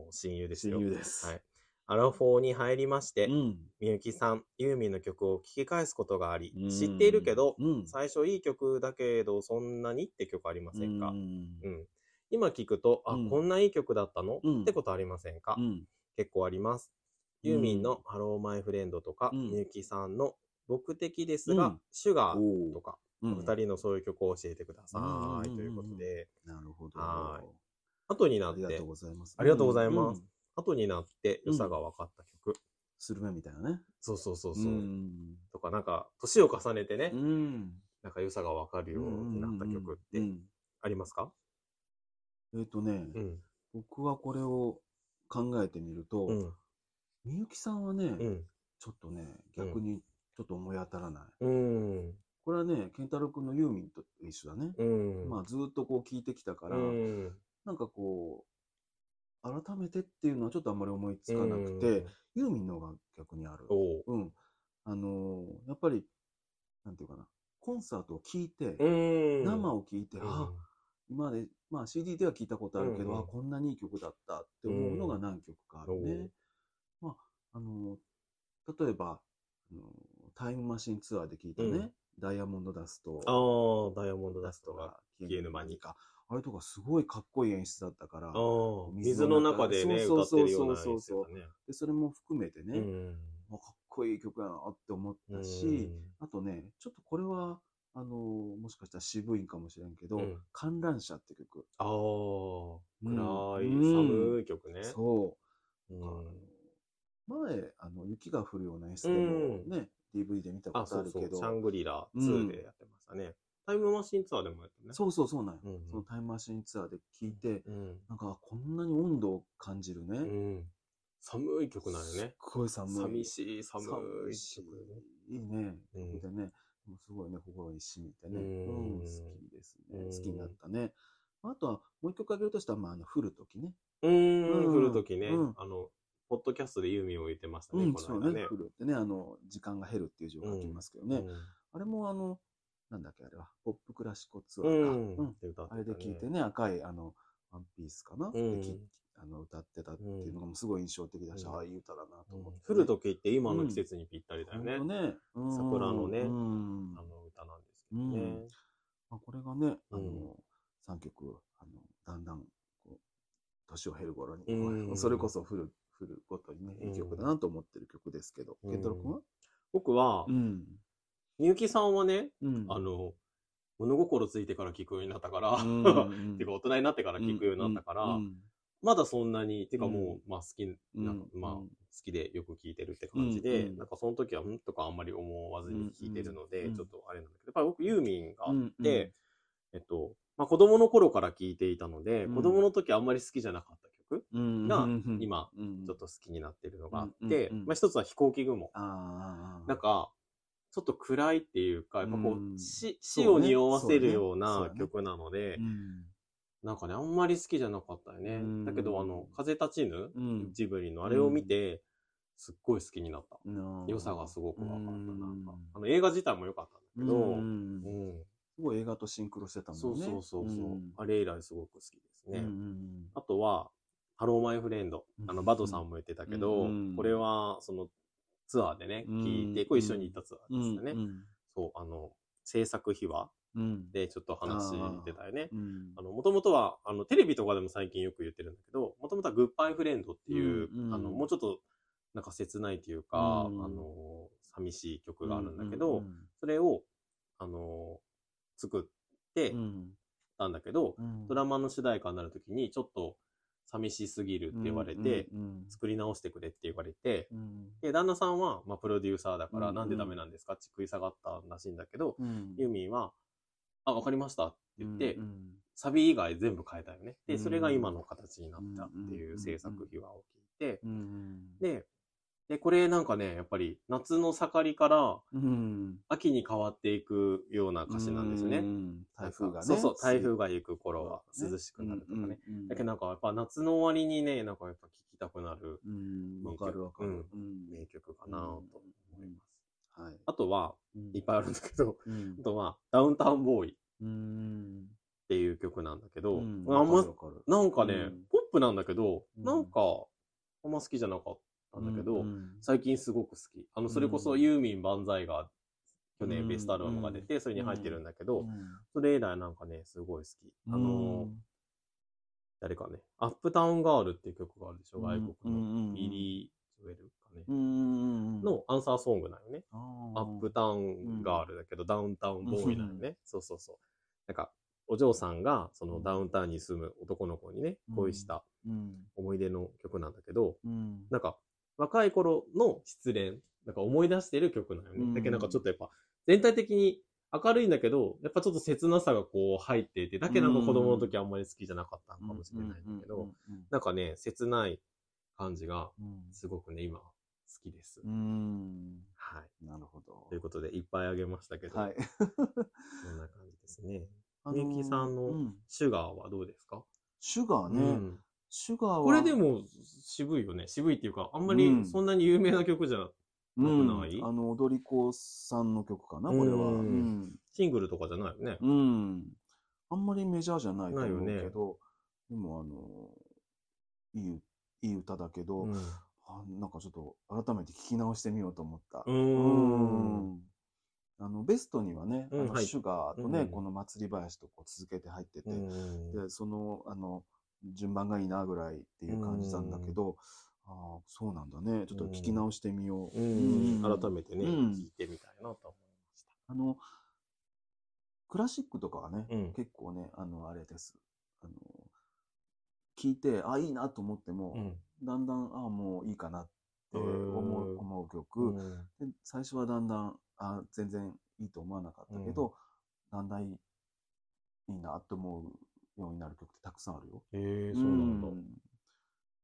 B: う親友です
A: 親
B: よ。
A: 友です。
B: はい。アラフォーに入りまして
A: う、ん。
B: みゆきさん、ユーミンの曲を聴き返すことがあり、知っているけど、
A: うん。
B: 最初いい曲だけど、そんなにって曲ありませんか
A: うん
B: うん。今聞くと、あ、
A: うん
B: こんないい曲だったの、
A: うん
B: ってことありませんか、
A: うん。
B: 結構あります。
A: うん
B: ユーミンのハローマイフレンドとか、
A: うん
B: みゆきさんの僕的です
A: う
B: が
A: ん、
B: シュガー
A: おー
B: とか、
A: う
B: お
A: ん
B: 二人のそういう曲を教えてくださ
A: う
B: い。
A: ん
B: ということで、
A: なるほど。
B: は後にな
A: あ
B: っ
A: りが
B: て
A: とう、ございます。
B: ありがとうございます
A: うんうん
B: 後になって良さが分かった曲。
A: スルメみたいなね。
B: そうそうそうそうう。
A: ん。
B: とか、なんか、年を重ねてね、
A: うん。
B: なんか良さが分かるようになった曲っ
A: う
B: て
A: ん
B: ありますか
A: えっとね、
B: うん。
A: 僕はこれを考えてみる
B: う
A: と、
B: ん。
A: みゆきさんはね、
B: うん。
A: ちょっとね、
B: うん
A: 逆にちょっと思い当たらない。
B: うん。
A: これはね、健太郎君のユーミンと一緒だね。
B: うん。
A: まあずっとこう聞いてきたから、
B: うん、
A: なんかこう、改めてっていうのはちょっとあんまり思いつかなくて、
B: うん、
A: ユーミンの方が逆にある。
B: おう
A: うん。あのーやっぱり、なんていうかな、コンサートを聞いて、
B: うん。
A: 生を聞いて、あ、
B: う
A: 今まで、まあ CD では聞いたことあるけど、
B: うんうん
A: あ、こんなにいい曲だったって思うのが何曲かあるね。まあ、あのー例えば、あのータイムマシンツアーで聞いたね、
B: うん
A: ダイヤモンドダスト、
B: ん。ああ、ダイヤモンドダストが。
A: 消えぬ間にか。あれとかすごいかっこいい演出だったから
B: あ、あ、
A: 水
B: 水
A: の
B: の
A: 中
B: 中でね、
A: そう
B: 歌っ
A: そ
B: て
A: う
B: るよ
A: そうう
B: な
A: そう
B: 演出
A: そう
B: だね。
A: でそれも含めてね、
B: うん
A: あかっこいい曲やなって思っ
B: う
A: た
B: ん
A: し、あとね、ちょっとこれは、あのーもしかしたら渋いんかもしれんけど、
B: うん
A: 観覧車って曲。
B: ああ、
A: うん
B: 暗い、寒い曲ね。
A: そうう。
B: ん
A: あの前、あの、雪が降るような演出でも
B: うん
A: ね、DVD で見たこ
B: あ、
A: と
B: そ
A: あ
B: う
A: る
B: そ
A: け
B: う、
A: ど、
B: シャングリラ
A: うん
B: 2でやってましたね。タイムマシンツアーでもやってね。
A: そうそうそうなんよ、
B: うんうん
A: そのタイムマシンツアーで聞いて、
B: うん。
A: なんかこんなに温度を感じるね。
B: うん。寒い曲なんよ
A: すっ
B: ね。
A: ごい寒い。
B: 寂しい、寒い
A: し
B: 曲よね。
A: いいね。
B: うん
A: でね、もうすごいね、心に染みてね。
B: うん
A: うん好きですね
B: う。ん
A: 好きになったね。あとは、もう一曲あげるとしたら、まあ、あの、降る時ね。
B: うー
A: うん
B: ん、降るときね、
A: うん
B: あの、ポッドキャストでユーミンを言ってましたね、
A: うん、
B: こ
A: そ
B: の
A: う
B: 間
A: ね
B: ね。。
A: 降るってね、あの、時間が減るっていう字を書きますけどね。あれも、あの、なんだっけ、あれは、ポップクラシコツア
B: う
A: ーか。う
B: ん。うんん。って歌って
A: あ
B: た
A: れ
B: ね
A: で聞いてね、赤い、あの、ワンピースかな、
B: うん
A: できあの歌ってたっていうのがもうすごい印象的だし、
B: うん
A: ああ、いい歌だなと思って、
B: 降る時って今の季節にぴったりだよね。
A: ほんとね。うん
B: 桜のね
A: うん
B: あの歌なんですけどね。
A: うんまあ、これがね、あ
B: う
A: の、三曲、あの、だんだん、こう、年を経る頃に、
B: うん
A: <laughs> こうそれこそ降る、降るごとにね、いい曲だなと思ってる曲ですけど、
B: うん
A: ケントロ君は
B: 僕は、
A: ん。
B: みゆきさんはね、
A: うん。
B: あの、物心ついてから聞くように <laughs> なったから、
A: うん、うん
B: てか大人になってから聞くようになったから、
A: うん
B: まだそんなに、てかもう、まあ好き、
A: うん
B: なんかまあ
A: うん
B: 好きでよく聞いてるって感じで、
A: うんうん
B: なんかその時は、うんとかあんまり思わずに聞いてるので、
A: うん
B: ちょっとあれなんだけど、やっぱり僕ユーミンがあ
A: う
B: っ
A: んうん
B: て、えっと、まあ子供の頃から聞いていたので、
A: うん
B: 子供の時あんまり好きじゃなかった曲、
A: うん
B: が
A: うんうん
B: 今、
A: うん
B: ちょっと好きになってるのがあっ
A: う
B: て、
A: んうんうん
B: まあ一つは飛行機雲。
A: ああ。
B: なん、か、ちょっと暗いっていうか、やっぱこ
A: うん
B: う、死、
A: そう
B: 死
A: ね
B: を匂わせる
A: そ
B: よう
A: うね
B: な
A: そうね
B: 曲なので
A: う、ん。
B: なんかね、あんまり好きじゃなかったよ
A: う
B: ね
A: ん。
B: だけど、あの、風立ちぬ
A: うん
B: ジブリのあれを見て、すっごい好きになった。
A: なあ
B: 良さがすごく分かった。なんか
A: うん、
B: あの、映画自体も良かったんだけど、
A: う
B: うん
A: んすごい映画とシンクロしてたもんね。。
B: そうそうそうそううんあれ以来すごく好きです
A: うんう
B: ね。
A: ん
B: あとは、ハローマイフレンド
A: う。ん
B: あの、バドさんも言ってたけど
A: うん、
B: これは、その、ツアーでね、
A: うん
B: 聞いて、こう一緒に行ったツア
A: う
B: ーで
A: ん。
B: すよね
A: う。ん
B: そう、あの、制作秘話
A: うん。
B: でちょっと話出たよね
A: う。ん
B: あの、もともとは、あの、テレビとかでも最近よく言ってるんだけど、もともとはグッバイフレンドっていう、
A: うんうん
B: あの、もうちょっと、なんか切ないというか、
A: うん
B: あの、寂しい曲があるんだけど、
A: うん
B: それを、あの、作って
A: うん
B: たんだけど、
A: うん
B: ドラマの主題歌になるときに、ちょっと寂しすぎるって言われて、
A: うん
B: 作り直してくれって言われて、
A: うん
B: で、旦那さんは、まあ、プロデューサーだか
A: うんう
B: ら、
A: ん
B: なんでダメなんですかって食い下がったらしいんだけど、
A: うん
B: ユーミンは、あ、わかりましたって言って、
A: うんうん
B: サビ以外全部変えたよね。
A: う
B: で、
A: ん
B: それが今の形になったってい
A: うんうんうんう
B: うん制作秘話を聞いて、
A: うん
B: で、で、これなんかね、やっぱり夏の盛りから
A: うん
B: 秋に変わっていくような歌詞なんですよね。
A: う台風がね。
B: そうそう、台風が行く頃は
A: そうだね
B: 涼しくなるとかね。
A: うんうんうん
B: だけどなんかやっぱ夏の終わりにね、なんかやっぱ聴きたくなる
A: うん、わかるわかる。うん
B: 名曲かなと思います。
A: はい。
B: あとは、いっぱいあるんだけど、
A: うん
B: あとは、ダウンタウンボーイっ
A: うん。
B: ていう曲なんだけど、
A: うん
B: あんま
A: わかるわかる
B: なんかね、
A: うん
B: ポップなんだけど、
A: うん
B: なんか、あんま好きじゃなかったんだけど、
A: うん
B: 最近すごく好き。あの、それこそ
A: うん
B: ユーミン万歳が、去
A: う
B: 年
A: ん
B: ベストアルバムが出て、それに入ってるんだけど、
A: うん
B: それ以来なんかね、すごい好き。あのー、誰かね、アップタウンガールっていう曲があるでしょ、外国の。
A: の
B: リリー・ジュエルかね。
A: ー
B: のアンサーソングなんよね。アッ
A: ア
B: プタウンガールだけど、ダウンタウンボーイなのね。そうそうそう。なんか、お嬢さんが、そのダウンタウンに住む男の子にね
A: う、ん
B: 恋した
A: うん
B: 思い出の曲なんだけど、
A: うん
B: なんか、若い頃の失恋、なんか思い出してる曲なの
A: うん
B: ね。だけどなんかちょっとやっぱ、全体的に明るいんだけど、やっぱちょっと切なさがこう入っていて、だけどなんか子供の時あんまり好きじゃなかったのかもしれないんだけど、、なんかね、切ない感じが、
A: うん
B: すごくね、今、好きです。
A: うん
B: はい。
A: なるほど
B: とい。うことで、いっぱいあげましたけど、
A: はい。
B: <laughs> そんな感じですね。
A: あのー
B: みゆきさんの
A: うん
B: シュガーはどうですか
A: シュガー
B: う
A: ね。
B: ん
A: シュガーは。
B: これでも渋いよね。渋いっていうか、あんま
A: う
B: り
A: ん
B: そんなに有名な曲じゃな
A: うん、
B: なくない
A: あの、踊り子さんの曲かな、これは。
B: う
A: うんん。
B: シングルとかじゃないよね。
A: うん。あんまりメジャーじゃないと
B: ないよ
A: 思う
B: ね
A: けど、でも、あの、いい、いい歌だけど、
B: うん
A: あなんかちょっと改めて聞き直してみようと思った。
B: う
A: う
B: ーん。
A: んあの、ベストにはね、
B: うん
A: あの
B: はい
A: シュガーとね、
B: うん
A: この祭り林とこう続けて入ってて、
B: うん
A: で、その、あの、順番がいいなぐらいっていう感じなんだけど、ああ、そうなんだね。ちょっと聞き直してみよう。
B: うん
A: うん
B: 改めてね、
A: うん
B: 聞いてみたいなと思いました。
A: あの、クラシックとかはね、
B: うん
A: 結構ね、あの、あれです。あの、聞いて、あ、いいなと思っても、だんだん、あ、もういいかなって思
B: へー
A: う思う曲、
B: うん
A: で最初はだんだん、あ、全然いいと思わなかったけど、だんだんいいなって思うようになる曲ってたくさんあるよ。
B: えー、そうなんだ
A: う。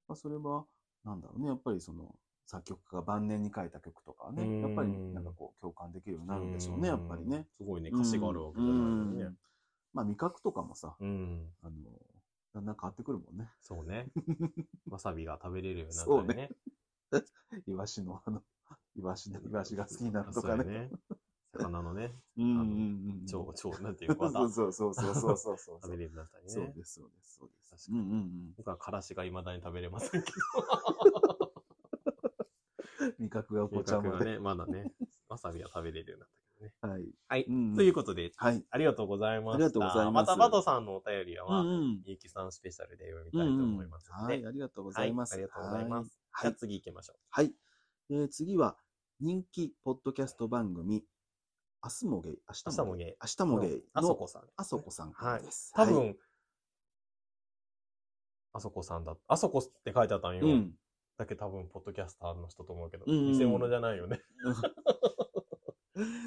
A: まあ、それは、なんだろうね、やっぱりその、作曲家が晩年に書いた曲とかはね、
B: うん
A: やっぱりなんかこう共感できるようになるんでしょうね、やっぱりね。。
B: すごいね、歌詞があるわけじゃないのにね
A: うん。まあ味覚とかもさ、
B: うん。
A: あの、だんだん変わってくるもんね。 <laughs>
B: そうね。わさびが食べれるようになったりね。
A: イワシの、あ <laughs> の、イワシの、イワシが好きになるとか
B: そう
A: ね。
B: や魚のね、
A: うんうんうん。
B: 腸、腸、なんていうか、また
A: <laughs> そうそうそうそうそうそうそう。
B: 食べれるようになったりね。
A: そうです、そうです、そうです。
B: 確かに
A: うんうん
B: 僕はからしが未だに食べれませんけ
A: うん。味覚がお
B: ど、
A: 子ちゃ
B: 味覚
A: ま
B: が
A: で。
B: ね、まだね、わさびは食べれるようになったけどね。
A: はい。
B: はい。
A: うんうん
B: ということで、
A: はい。
B: ありがとうございました。
A: ありがとうございます
B: また、バトさんのお便り
A: う
B: は、
A: んうん。
B: ゆうきさんスペシャルで読みたいと思いますの
A: は
B: で、
A: い、ありがとうございます。
B: はいありがとうございます。
A: は
B: じゃあ
A: い。
B: 次行きましょ
A: はい。えー次は、人気ポッドキャスト番組、明日もゲイ、明日もゲイ、明日
B: う。
A: もゲイの、
B: あそこさん。
A: あそこさん
B: はい
A: です。
B: 多
A: はい、
B: 分、あそこさんだ。あそこって書いてあったんよ。
A: うん。
B: だけど多分、ポッドキャスターの人と思うけど、
A: うんうん
B: 偽物じゃないよね。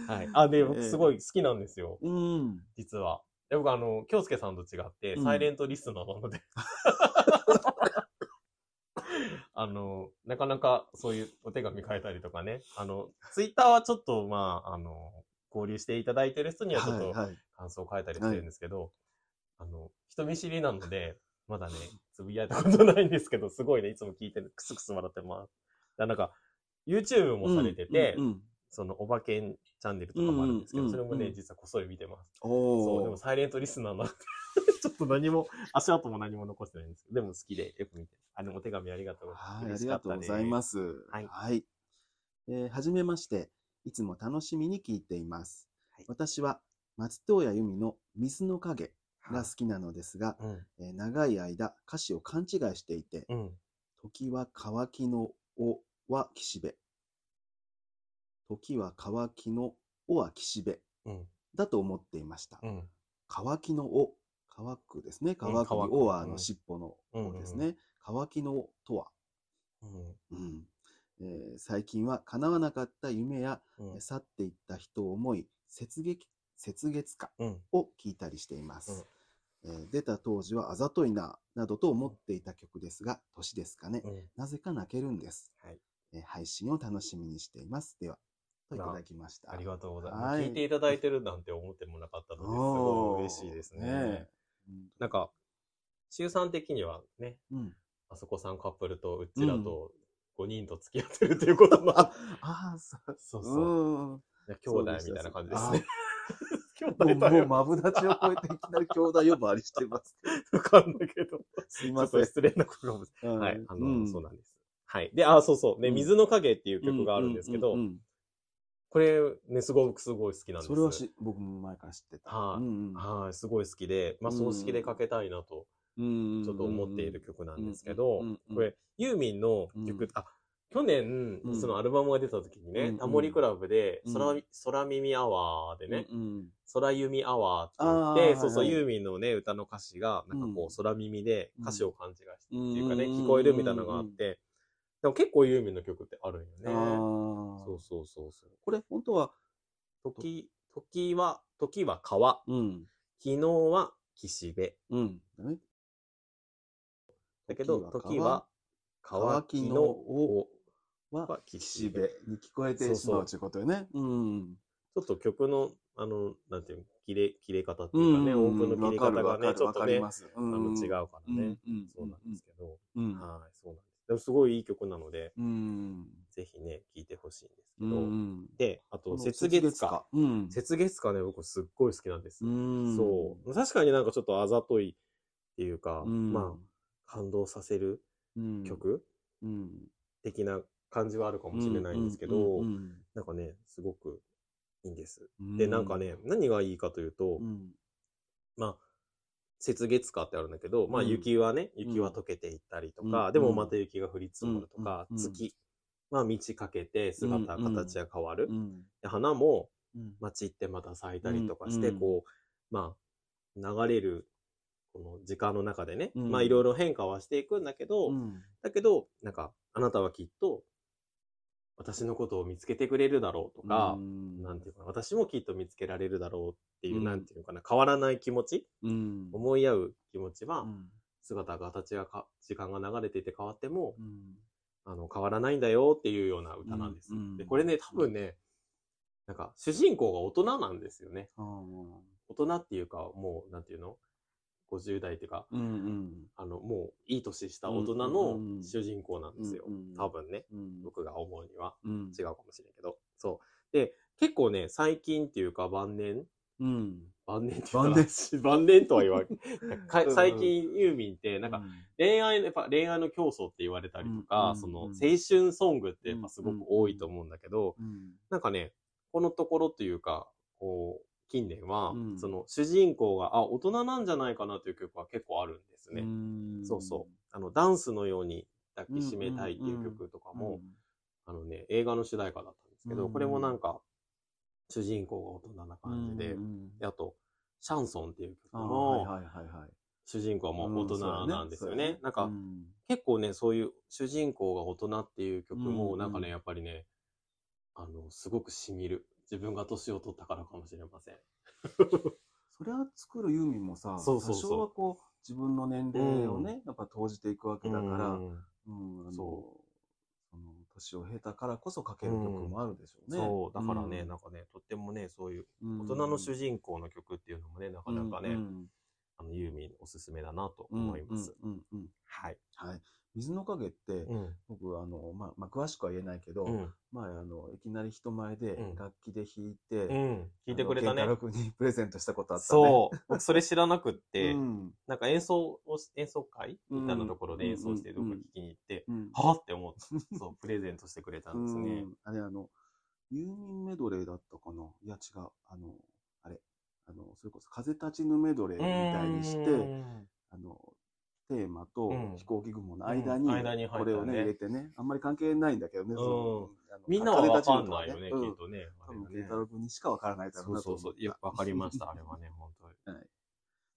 B: はい。あ、で、僕
A: ええ
B: すごい好きなんですよ、
A: うん。
B: 実は。で僕、あの、京介さんと違って、
A: うん
B: サイレントリスナーなので。 <laughs> あの、なかなかそういうお手紙書いたりとかね。あの、ツイッターはちょっと、まあ、あの、交流していただいてる人にはちょっと
A: はいはい、
B: 感想を書いたりしてるんですけど、あの、人見知りなので、まだね、つぶやいたことないんですけど、すごいね、いつも聞いてる、くすくす笑ってます。だからなんか、YouTube もされてて、
A: うんうんうん
B: その、おばけんチャンネルとかもあるんですけ
A: う
B: ど、
A: んうん
B: それもね、
A: うん
B: 実はこっそり見てます。そう、で
A: お
B: も
A: ー
B: サイレントリスナーなので、 <laughs> ちょっと何も、足跡も何も残してないんですけど、でも好きで、よく見てます。あ、でもお手紙ありがとうございます。。
A: はい、ありがとうございますす。
B: はい
A: えーはじめまして。いつも楽しみに聞いています。
B: はい
A: 私は、松任谷由実の水の影
B: は
A: が好きなのですが、
B: うん。
A: えー長い間歌詞を勘違いしていて、
B: うん。
A: 時は乾きのおは岸辺。時は乾きのおは岸辺
B: うん。
A: だと思っていました。
B: うん。
A: 乾きの尾。乾くですね。乾くに
B: 乾く
A: 尾はあ
B: う
A: の
B: ん
A: 尻尾の尾です
B: うん
A: ね。乾きの尾とは、
B: うん。
A: うんえー最近は叶わなかった夢や
B: うん。
A: 去っていった人を思い、雪月、雪月花
B: うん。
A: を聴いたりしています。えー出た当時はあざといな、などと思っていた曲ですが、年ですかね。
B: うん。
A: なぜか泣けるんです。
B: はい
A: えー配信を楽しみにしています。では、といただきました。
B: ありがとうござい
A: は
B: ます。
A: い
B: 聞いていただいてるなんて思ってもなかったので、す
A: お
B: ご
A: ー
B: い嬉しいですね。
A: ねえ
B: なんか、中3的にはね、
A: うん。
B: あそこさんカップルとうちらと5人と付き合ってるっていうことも、
A: あ、ああ、 <laughs> そう。
B: そうそう。
A: うん。
B: 兄弟みたいな感じですね。 <laughs>
A: もう、
B: 兄弟だ
A: もう、
B: よ。
A: まぶだちを超えていきなり兄弟呼ばわりしてますけど。
B: わかんないけど。
A: <laughs> すい
B: ちょ
A: ま
B: っ
A: せ
B: と
A: ん。
B: 失礼なことかもしれ
A: うん
B: ない。はい。あの、
A: うん
B: そうなんです。はい。で、あ、そうそう。ね、
A: うん
B: 水の影っていう曲があるんですけど、
A: ううん
B: これ、ね、すごくすごい好きなんです。
A: それはし、僕も前から知ってた。
B: はい
A: うんうん
B: はい、すごい好きで、まあ、
A: うん
B: 葬式でかけたいなと、
A: うん
B: ちょっと思っている曲なんですけ
A: う
B: ど
A: んうんうん、
B: これ、ユーミンの曲、
A: うん
B: あ、去年
A: う、ん
B: そのアルバムが出た時にね、
A: うん
B: タモリクラブで、
A: うん
B: 空、空耳アワーでね、
A: うんうん
B: 空弓アワーって言っ
A: あー
B: て、そうそう、
A: はいはい
B: ユーミンのね、歌の歌詞が、なんかこう、空耳で歌詞を勘違いしてっていうかね、
A: うん
B: 聞こえるみたいなのがあ
A: う
B: っ
A: ん
B: て、でも結構ユーミンの曲ってあるん
A: あ
B: よね。
A: ー
B: そうそうそうそう。
A: これ本当は、
B: 時、時は、時は川、
A: うん、
B: 昨日は岸辺。
A: うん、だね。
B: だけど、時
A: 時
B: は
A: は
B: 乾
A: 川
B: き
A: き
B: の
A: の
B: 尾
A: 尾
B: は
A: は、
B: 岸
A: 岸
B: 辺。
A: 辺
B: ち
A: に聞こえてしま
B: そ
A: う
B: うそう
A: ということよね。うん。
B: ょっと曲の、あの、なんていうの、切れ、切れ方っていうかね、オープンの切れ
A: わか
B: 方
A: る
B: が
A: わか
B: ね、ち
A: る
B: ょっ
A: わ
B: と
A: か
B: ね、
A: り
B: あ
A: ます。うん
B: の、違うか
A: う
B: らね。
A: んうん
B: そうなんですけど、
A: うん。
B: はい、そうなんです。でもすごいいい曲なので、
A: うん。
B: ぜひね、聴いてほしいんです
A: う
B: けど、
A: ん。
B: で、あ、
A: ことの
B: 雪月花。。
A: うん。
B: 雪月花ね、僕すっごい好きなんです。
A: うん。
B: そう。確かになんかちょっとあざといっていうか、
A: うん。
B: まあ、感動させる
A: うん。
B: 曲
A: うん。
B: 的な感じはあるか
A: か
B: もしれないんですけど、なんかね、すごくいいんです。で、なんか、ね、何がいいかという
A: う
B: と、
A: ん。
B: まあ、雪月花ってあるんだけど、まあ
A: うん
B: 雪はね、
A: ん
B: 雪は溶けていったりとか、
A: うん
B: でもまた雪が降り積もるとか、
A: うん
B: 月、まあ満ち欠けて姿、
A: うん
B: 形が変わる。
A: うん。
B: で花も
A: うん。
B: 街行ってまた咲いたりとかして、
A: うん
B: こう、まあ、流れる、この時間の中でね、
A: うん
B: まあいろいろ変化はしていくんだけど、
A: うん
B: だけど、なんか、あなたはきっと、私のことを見つけてくれるだろうとか、
A: うん
B: なんていうかな、私もきっと見つけられるだろうっていう、
A: うん
B: なんていうかな、変わらない気持ち、
A: うん。
B: 思い合う気持ちは
A: う、ん
B: 姿が形がか、時間が流れていて変わっても、
A: うん
B: あの、変わらないんだよっていうような歌なんです。
A: うん
B: で、これね、多分ね、なんか、主人公が大人なんですよね。
A: ああ
B: 大人っていうか、もう、なんていうの ?50 代っていうか、
A: うんうん
B: あの、もう、いい年した大人
A: うんうんう
B: の
A: ん
B: 主人公なんですよ
A: うんうん。
B: 多分ね。
A: うん
B: 僕が思うには。
A: うん
B: 違うかもしれんけど。そう。で、結構ね、最近っていうか晩年、
A: うん
B: 晩年っていうか
A: 晩年
B: <laughs> 晩年とは言わん <laughs> か
A: うん
B: 最近ユーミンって、なんか恋愛の、やっぱ恋愛の競争って言われたりとか、
A: うん
B: その
A: うん
B: 青春ソングってやっぱすごく多いと思うんだけど、
A: うん
B: なんかね、このところというか、こう、近年は、
A: うん
B: その主人公が、あ、大人なんじゃないかなという曲は結構あるんですね。
A: うん
B: そうそあの、ダンスのように抱きしめたいっていう曲とか
A: うん
B: も、あのね、映画の主題歌だったんですけど、
A: うん
B: これもなんか、主人公が大人な感じで、
A: うんうん
B: であと、シャンソンっていう曲
A: ああはい
B: の
A: はいはいはい
B: 主人公はもう大人なんですよね。なんか、結構ね、そういう主人公が大人っていう曲
A: うん
B: も、
A: うん
B: なんかね、やっぱりね、あの、すごく染みる。自分が年を取ったからかもしれません。
A: それは作るユーミンもさ
B: そう
A: 多
B: そうそう
A: 少はこう自分の年齢をねやっぱ投じていくわけだから
B: うん
A: うんあの
B: そ
A: その年を経たからこそ書ける曲もあるでしょうね
B: そう、だからね、
A: うん
B: なんかね、とってもね、そういう
A: 大
B: 大人の主人公の曲っていうのもね、なかなかね、あのユーミンおすすめだなと思います。はい。
A: はい水の影って
B: うん。
A: 僕あのまあまあ詳しくは言えないけど
B: うん。
A: まあ、あの、いきなり人前で
B: うん
A: 楽器で弾いて、
B: うん。聞いてくれたね
A: あの。健太郎君にプレゼントしたことあったね。
B: そう。僕それ知らなくっ
A: う
B: て、
A: ん。
B: なんか演奏をし、演奏会
A: うん
B: みたいなところで演奏して、
A: うん
B: どっか聞きに行って、
A: うん。
B: はぁって思って、そう、プレゼントしてくれたんですね
A: う。んあれ、あの、ユーミンメドレーだったかないや、違う。あの、あれ、あの、それこそ風立ちぬメドレーみたいにして、あの、テーマと
B: うん
A: 飛行機雲の間に、
B: うん間に入
A: こ
B: ったね
A: れをね、入れてね、あんまり関係ないんだけどね、そのあの
B: みんなはわかんないよね、き
A: う
B: っ
A: ん
B: とね。あ
A: 多
B: れ
A: 分、
B: は
A: ケ
B: ね
A: ンタロウ君にしかわからないだろ
B: そうう
A: なと
B: そう
A: 思
B: そう
A: っ。
B: よくわかりました、あれはね、本当に。
A: た。はい。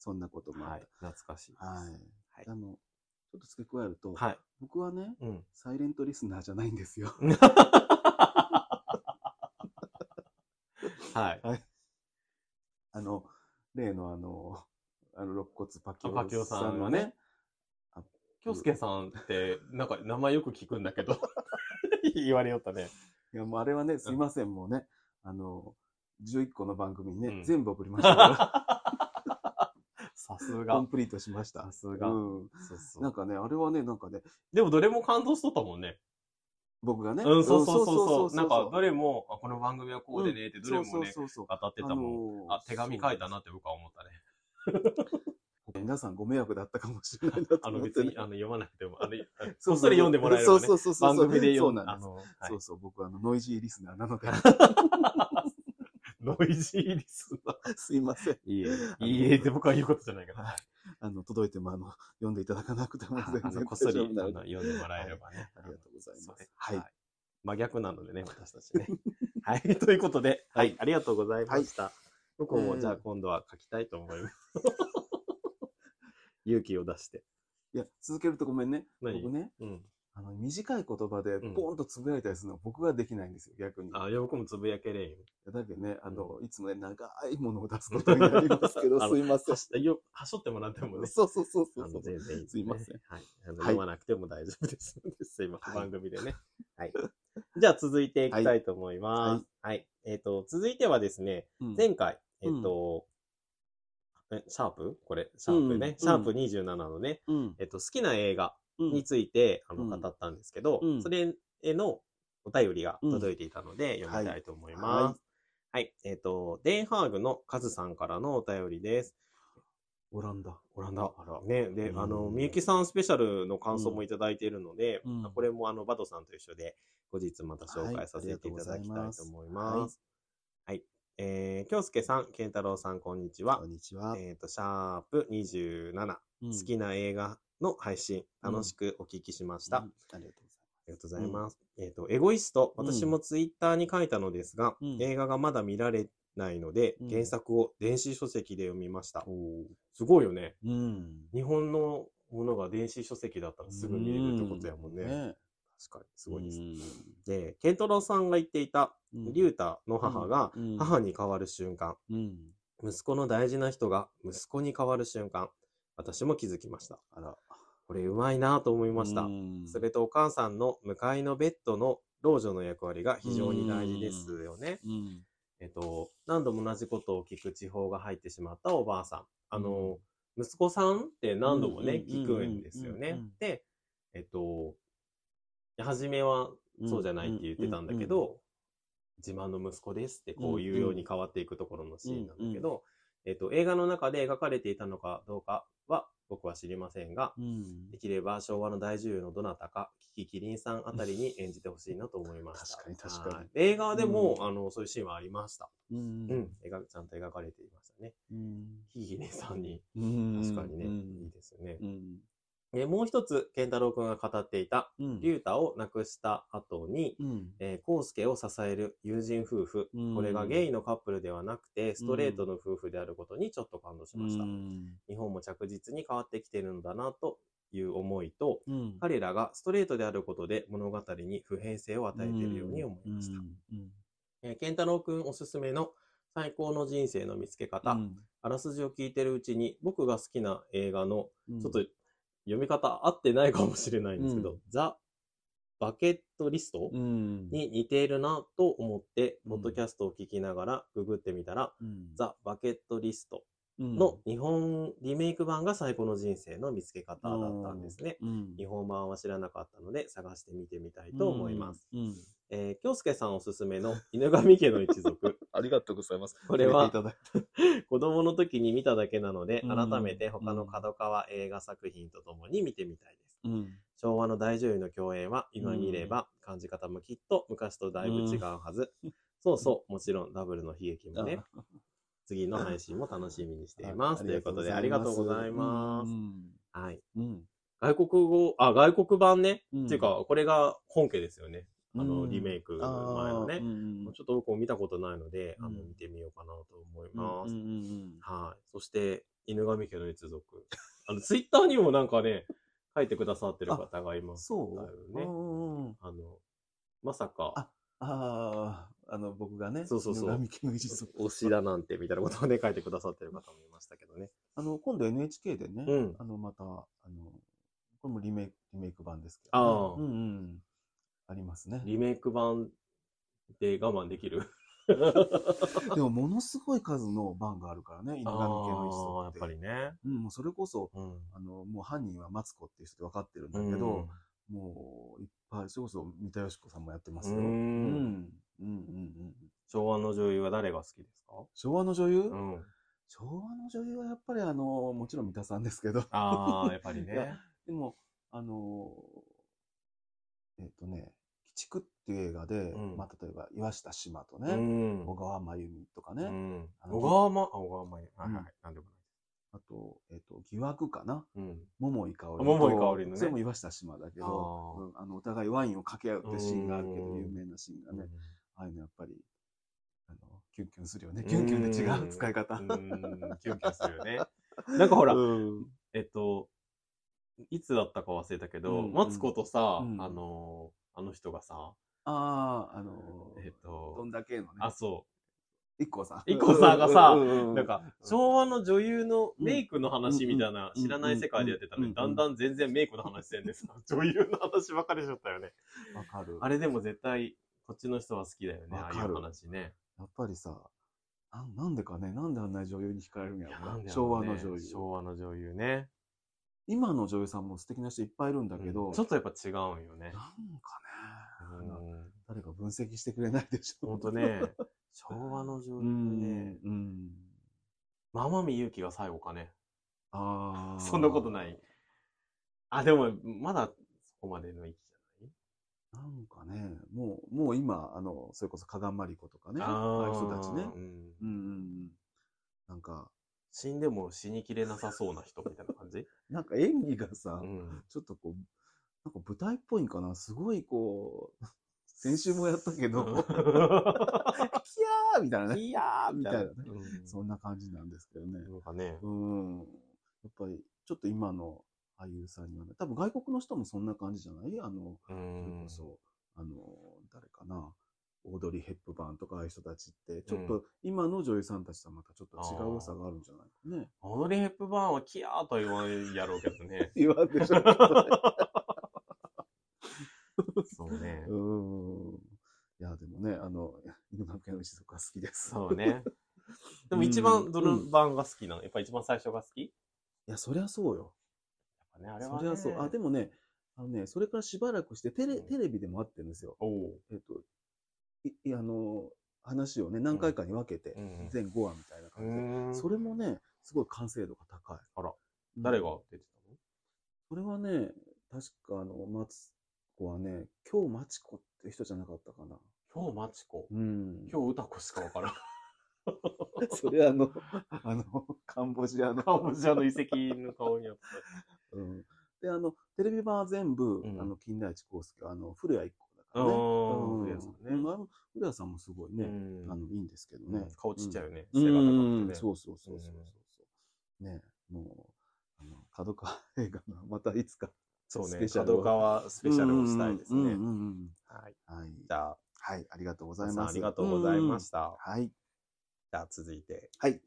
A: そんなこともあ
B: は
A: っ
B: い。懐かしいです。
A: た。はい。
B: はい
A: あの、ちょっと付け加えると、
B: はい。
A: 僕はね、
B: うん。
A: サイレントリスナーじゃないんですよ。
B: はい。
A: あの、例のあの、あの、肋骨パキ
B: あパキ
A: オ
B: オ
A: さ
B: さ
A: ん
B: ん
A: の
B: が
A: ね
B: ね、京介さんって、なんか名前よく聞くんだけど、 <laughs> 言われよったね。 <laughs>
A: いや、もうあれはね、すいません、もうね、あの、11個の番組にね、
B: うん
A: 全部送りました
B: <laughs>
A: か
B: さす
A: ら、コ
B: が
A: ン。プリートしました
B: さ。すが。
A: うん。
B: そうそう
A: なんかね、あれはね、なんかね、
B: でもどれも感動しとったもんね。
A: 僕がね、
B: うん、そうそうそうそう。なんかどれも、あこの番組はこうでねって、どれ
A: そ
B: も
A: う
B: ね、
A: そうそう
B: 語って
A: そう。
B: たもん。
A: のー
B: あ、手紙書いたなって僕は思ったね。
A: そう皆さんご迷惑だったかもしれないなと
B: あ
A: 思
B: の
A: って
B: 別
A: ね
B: に、あ。の読まなくても、あれ、
A: そ
B: こ
A: う
B: っ
A: そう
B: そり読んでもらえるばね
A: そうそうそうそう
B: 番組で
A: そう
B: 読む。
A: な
B: あ
A: んです。
B: の、はい
A: そうそう、僕はあの、ノイジーリスナーなの
B: <laughs>
A: で、
B: ノイジーリスナー。
A: すいません。
B: いいえ、いいえって僕は言うことじゃないから。
A: あの、届いても、あの、 <laughs> 読んでいただかなくても
B: あ
A: 全然大
B: の
A: 丈
B: こっそり
A: 夫
B: あ
A: な
B: の
A: ので。
B: 読んでもらえればね。
A: ありがとうござい
B: そう
A: ま。
B: です
A: はい。
B: 真逆なのでね、私たちね。 <laughs> はい、ということで、
A: は
B: はいい、ありがとうございました。僕
A: え
B: も
A: ー
B: じゃあ今度は書きたいと思
A: <laughs>
B: います。勇気を出して。
A: いや、続けるとごめんね。
B: 何
A: 僕ね、
B: うん。
A: あの、短い言葉で
B: うん
A: ポンとつぶやいたりするのは僕ができないんですよ、逆に。
B: あ、いや僕もつぶやけれんよ。
A: だけどね、あの、いつもね、長いものを出すことになります
B: <laughs>
A: けど、
B: あの
A: すいません
B: は。しよはしょってもらってもね。
A: そうそうそう
B: あ
A: そうそ
B: の
A: う。
B: 全然いいです
A: いません。
B: はい。あの
A: はい
B: 読まなくても大丈夫ですので。すいません。
A: はい
B: 番組でね。はい。じゃあ続いていきたいと思います。はい。えっ、と、続いてはですね、
A: うん
B: 前回、えっ、と、えシャープこれ、シャープね。
A: うん
B: シャープ27のね、
A: うん。
B: えっ、と、好きな映画
A: うん
B: について、
A: うん
B: あの、語ったんですけど、
A: うん
B: それへのお便りが届いていたので、
A: ん
B: 読みたいと思います。はい、えっ、と、デンハーグのカズさんからのお便りです。
A: オランダ。
B: オランダ。ね、で、
A: うん
B: あの、みゆきさんスペシャルの感想もいただいているので、
A: うん
B: まあこれもあの、バドさんと一緒で、後日また紹介させていただきたいと思います。はい。えー、京介さん、健太郎さん、こんにちは
A: こん。にちは。
B: えっ、と、シャープ27、
A: 好
B: 好きな映画の配信、楽しくお聞きしました。あ
A: ありがとうござい
B: りがとうございます。えっ、と、エゴイスト、
A: うん
B: 私もツイッターに書いたのですが、
A: うん
B: 映画がまだ見られないので、
A: うん
B: 原作を電子書籍で読みました
A: ます。。お
B: すごいよね。
A: うん。
B: 日本のものが電子書籍だったらすぐ見れるってことやもんね。
A: ね
B: 確かに、すごいです。
A: うん
B: で、ケントロウさんが言っていた、
A: うん
B: リュウタの母が
A: うん
B: 母に変わる瞬間、
A: うん。
B: 息子の大事な人が息子に変わる瞬間、私も気づきました。
A: あら。
B: これうまいなと思いました
A: う。ん
B: それとお母さんの向かいのベッドの老女の役割が非常に大事ですよね。
A: うん。
B: えっと、何度も同じことを聞く地方が入ってしまったおばあさん。あの、息子さんって何度もね、
A: うんうん
B: 聞くんですよ
A: うんう
B: ね
A: んうん。
B: で、えっと、初めはそうじゃないって言ってたんだけど、自慢の息子ですってこういうように変わっていくところのシーンなんだけど、えっと、映画の中で描かれていたのかどうかは僕は知りませんが、
A: うん、うん
B: できれば昭和の大女優のどなたか、キキキリンさんあたりに演じてほしいなと思いました。
A: 確かに確かに
B: はい映画でも、あの、そういうシーンはありました。
A: う
B: うんん。描ちゃんと描かれていましたね。
A: うん
B: キキキリンさんに、
A: うん
B: 確かにね、
A: う
B: いい
A: ん
B: ですよね
A: う。ん
B: で、もう一つ、健太郎くんが語っていた、
A: うん
B: リュータを亡くした後に、
A: うん
B: えー、コウスケを支える友人夫婦。
A: うん
B: これがゲイのカップルではなくて、ストレートの夫婦であることにちょっと感動しました。
A: うん
B: 日本も着実に変わってきているのだな、という思いと、
A: うん
B: 彼らがストレートであることで物語に普遍性を与えているように思いました。
A: うんうん
B: えー健太郎くんおすすめの最高の人生の見つけ方、あらすじを聞いてるうちに僕が好きな映画の、
A: うん
B: ちょっと読み方合ってないかもしれないんですけど、
A: うん
B: ザ・バケットリスト
A: うん
B: に似ているなと思って、
A: うん
B: ポッドキャストを聞きながらググってみたら、
A: うん
B: ザ・バケットリスト
A: うん
B: の日本リメイク版が最高の人生の見つけ方だったんですね。
A: うん
B: 日本版は知らなかったので探してみてみたいと思います。
A: うんうん
B: えー、京介さんおすすめの犬神家の一族。
A: ありがとうございます。
B: これは
A: 触ていただい
B: 子供の時に見ただけなので、
A: うん
B: 改めて他の角川映画作品とともに見てみたいです。
A: たうん
B: 昭和の大女優の共演は今見れば感じ方もきっと昔とだいぶ違うはず。そうそう、もちろんダブルの悲劇も
A: <laughs>
B: ね、次の配信も楽しみにしています。
A: あ
B: ということでありがとうございます。
A: うん
B: はい。
A: うん。
B: 外国語、あ、外国版ね。
A: うん
B: っていうか、これが本家ですよね。あ
A: う
B: の、
A: ん
B: リメイク前のね。ちょっと僕も見たことないので、あの、見てみようかなと思います。はい。そして、犬神家の一族。あの、ツイッターにもなんかね、書いてくださってる方がいます。
A: そう
B: だ
A: だ
B: よ
A: よ
B: ね
A: ね。うんうん
B: あの、まさか、
A: ああ、あの、僕がね、
B: そうそうそう
A: 犬神家の一族
B: 推しだなんて、みたいなことをね、書いてくださってる方もいましたけどね。
A: あの、今度 NHK でね、
B: うん
A: あの、また、あの、これもリメイク、リメイク版ですけど、
B: ああ
A: うんうん。ありますね。
B: リメイク版で我慢できる。
A: でも、ものすごい数の版があるからね、犬神家の一
B: あー
A: 族
B: や
A: っ。
B: ってぱりね。
A: うん、もうそれこそ、
B: うん。
A: あの、もう犯人はマツコっていう人で分かってるんだ
B: うん
A: けど、、もう、いっぱい、それこそ、三田佳子さんもやってますよ。
B: うーん
A: うん。うんうんうん。
B: 昭和の女優は誰が好きですか
A: 昭和の女優、
B: うん。
A: 昭和の女優はやっぱりあの、もちろん三田さんですけど、 <laughs>
B: ああ、やっぱり
A: い
B: ね
A: や。でも、あのーえっ、とね、鬼畜っていう映画で、
B: うん
A: まあ、例えば、岩下志麻と
B: う
A: ね、
B: ん。
A: 小川真由美とかね、
B: うん
A: あの
B: 小川ま、あ小川まゆ。はいは
A: う
B: い。なんでも
A: あと、えっ、と、疑惑かな
B: ない。うん。
A: 桃井かおりと。
B: 桃井かおりのね
A: それも岩下志麻だけ
B: あ
A: ど
B: ー、
A: うんあの、お互いワインを掛け合うってシーンがあるけ
B: う
A: ど、
B: ん
A: 有名なシーンがね、ああいうのやっぱり、あの、キュンキュンするよね。
B: うん
A: キュンキュンで違う使い方。
B: うん、キュンキュンするよね。 <laughs> なんかほら、
A: うん
B: えっと、いつだったか忘れたけど、
A: うん
B: マツコとさ、
A: うん
B: あのー、あの人がさ、
A: ああ、あの
B: え
A: ー、
B: っ
A: ど
B: と
A: ん、だけのね、
B: あ、そ
A: 一個さん。
B: IKKO さんがさ
A: うう
B: う、
A: う
B: なんか、昭和の女優のメイクの話みたいな、
A: うん
B: 知らない世界でやってたの
A: う
B: に、
A: ん
B: だんだん全然メイクの話せん
A: <laughs>
B: でさ、女優の話ばっかりしちゃったよね。
A: わかる。
B: あれでも絶対、こっちの人は好きだよね、あ
A: わかる
B: あいう話ね。
A: やっぱりさ、なんなんでかね、なんであんな女優に惹かれるんや
B: いや
A: ろ
B: な
A: な、
B: んでや
A: 昭
B: ろ
A: 和
B: うね
A: の女優。
B: 昭和の女優ね。
A: 今の女優さんも素敵な人いっぱいいるんだけど、
B: うんちょっとやっぱ違うんよね
A: なん。か
B: う
A: ね、
B: ん
A: 誰か分析してくれないでしょ。
B: <laughs> ほんとね、昭和の
A: う
B: 女優ね
A: ん。。うん。
B: ママミユキが最後かね。
A: ああ。
B: そんなことない。。あ、でも、まだそこまでの域じ
A: なんかね、もう、もう今、あの、それこそ加賀まりことかね、
B: ゃない
A: ああいう
B: ー
A: 人たちね。
B: うん
A: うんうんうん。なんか、
B: 死んでも死にきれなさそうな人みたいな感
A: <laughs>
B: じ
A: なんか演技がさ、
B: うん。
A: ちょっとこう、なんか舞台っぽいんかな、すごいこう、 <laughs> 先週もやったけ <laughs> ど、キヤーみたいなね。
B: <laughs> いやー
A: みたいなね
B: うん
A: そんな感じなんですけどね。
B: なんかね。
A: うん。やっぱり、ちょっと今の俳優さんにはね、多分外国の人もそんな感じじゃないあの、
B: う
A: それ
B: ん
A: こ。そ、あの、誰かな、オードリー・ヘップバーンとかああいう人たちって、ちょっ
B: う
A: と、今の女優さんたちとはまたちょっと違う良さがあるんじゃないかね。。
B: オドリー・ヘップバーンはキヤーとは言わないやろうけどね
A: <laughs> <laughs> 言わんでしょ、きっとね
B: そうね。
A: うん。いや、でもね、あの、 <laughs> 犬神家の一族は好きです。
B: そうね。でも一番どの
A: うん
B: 版が好きなのやっぱ一番最初が好きやっ
A: いや、そりゃそうよ。
B: ぱね、あれは
A: そ
B: ね。
A: りゃそう。あ、でもね、あのね、それからしばらくして、テレ、
B: うん
A: テレビでもあってるんですよ。
B: おう。
A: えっと、いいやあの、話をね、何回かに分けて、
B: うん
A: 全5話みたいな感じで、
B: うん
A: それもね、すごい完成度が高い。
B: あら
A: うん
B: 誰が出て
A: それはね、確かあの、マツコはね、今日マチコって人じゃなかったかな。
B: たの今日マチコ。
A: うん。
B: 今日歌子しかわ <laughs> からん。
A: 日、 <laughs> それあの、あの、カンボジアの。
B: カンボジアの遺跡の顔にあった。
A: うん。で、あの、テレビ版は全部、
B: うん
A: あの、金田一耕助、あの、古谷一行だからね。
B: うん
A: 古谷
B: 古谷
A: さ
B: さ
A: ん
B: ん
A: ね
B: ね。
A: うんあの古谷さんもすごいね、
B: うん
A: あの、いいんですけどね。
B: 顔ちっちゃいよ
A: ね。
B: ね。
A: う
B: 背が高く
A: ん、
B: てね。
A: そうそうそうそうそうそう。ね、もう、あの、角川映画の、 <laughs> またいつか、
B: そう
A: ス
B: ね
A: ペ。シャルを
B: 角川スペシャルをしたいです
A: うんう
B: ね
A: ん。うんうん
B: はい。
A: はい。
B: じゃあ、
A: はい、ありがとうござい
B: 皆さん
A: ます。
B: ありがとうございま
A: うん
B: した。
A: はい。
B: じゃあ続いて。
A: はい。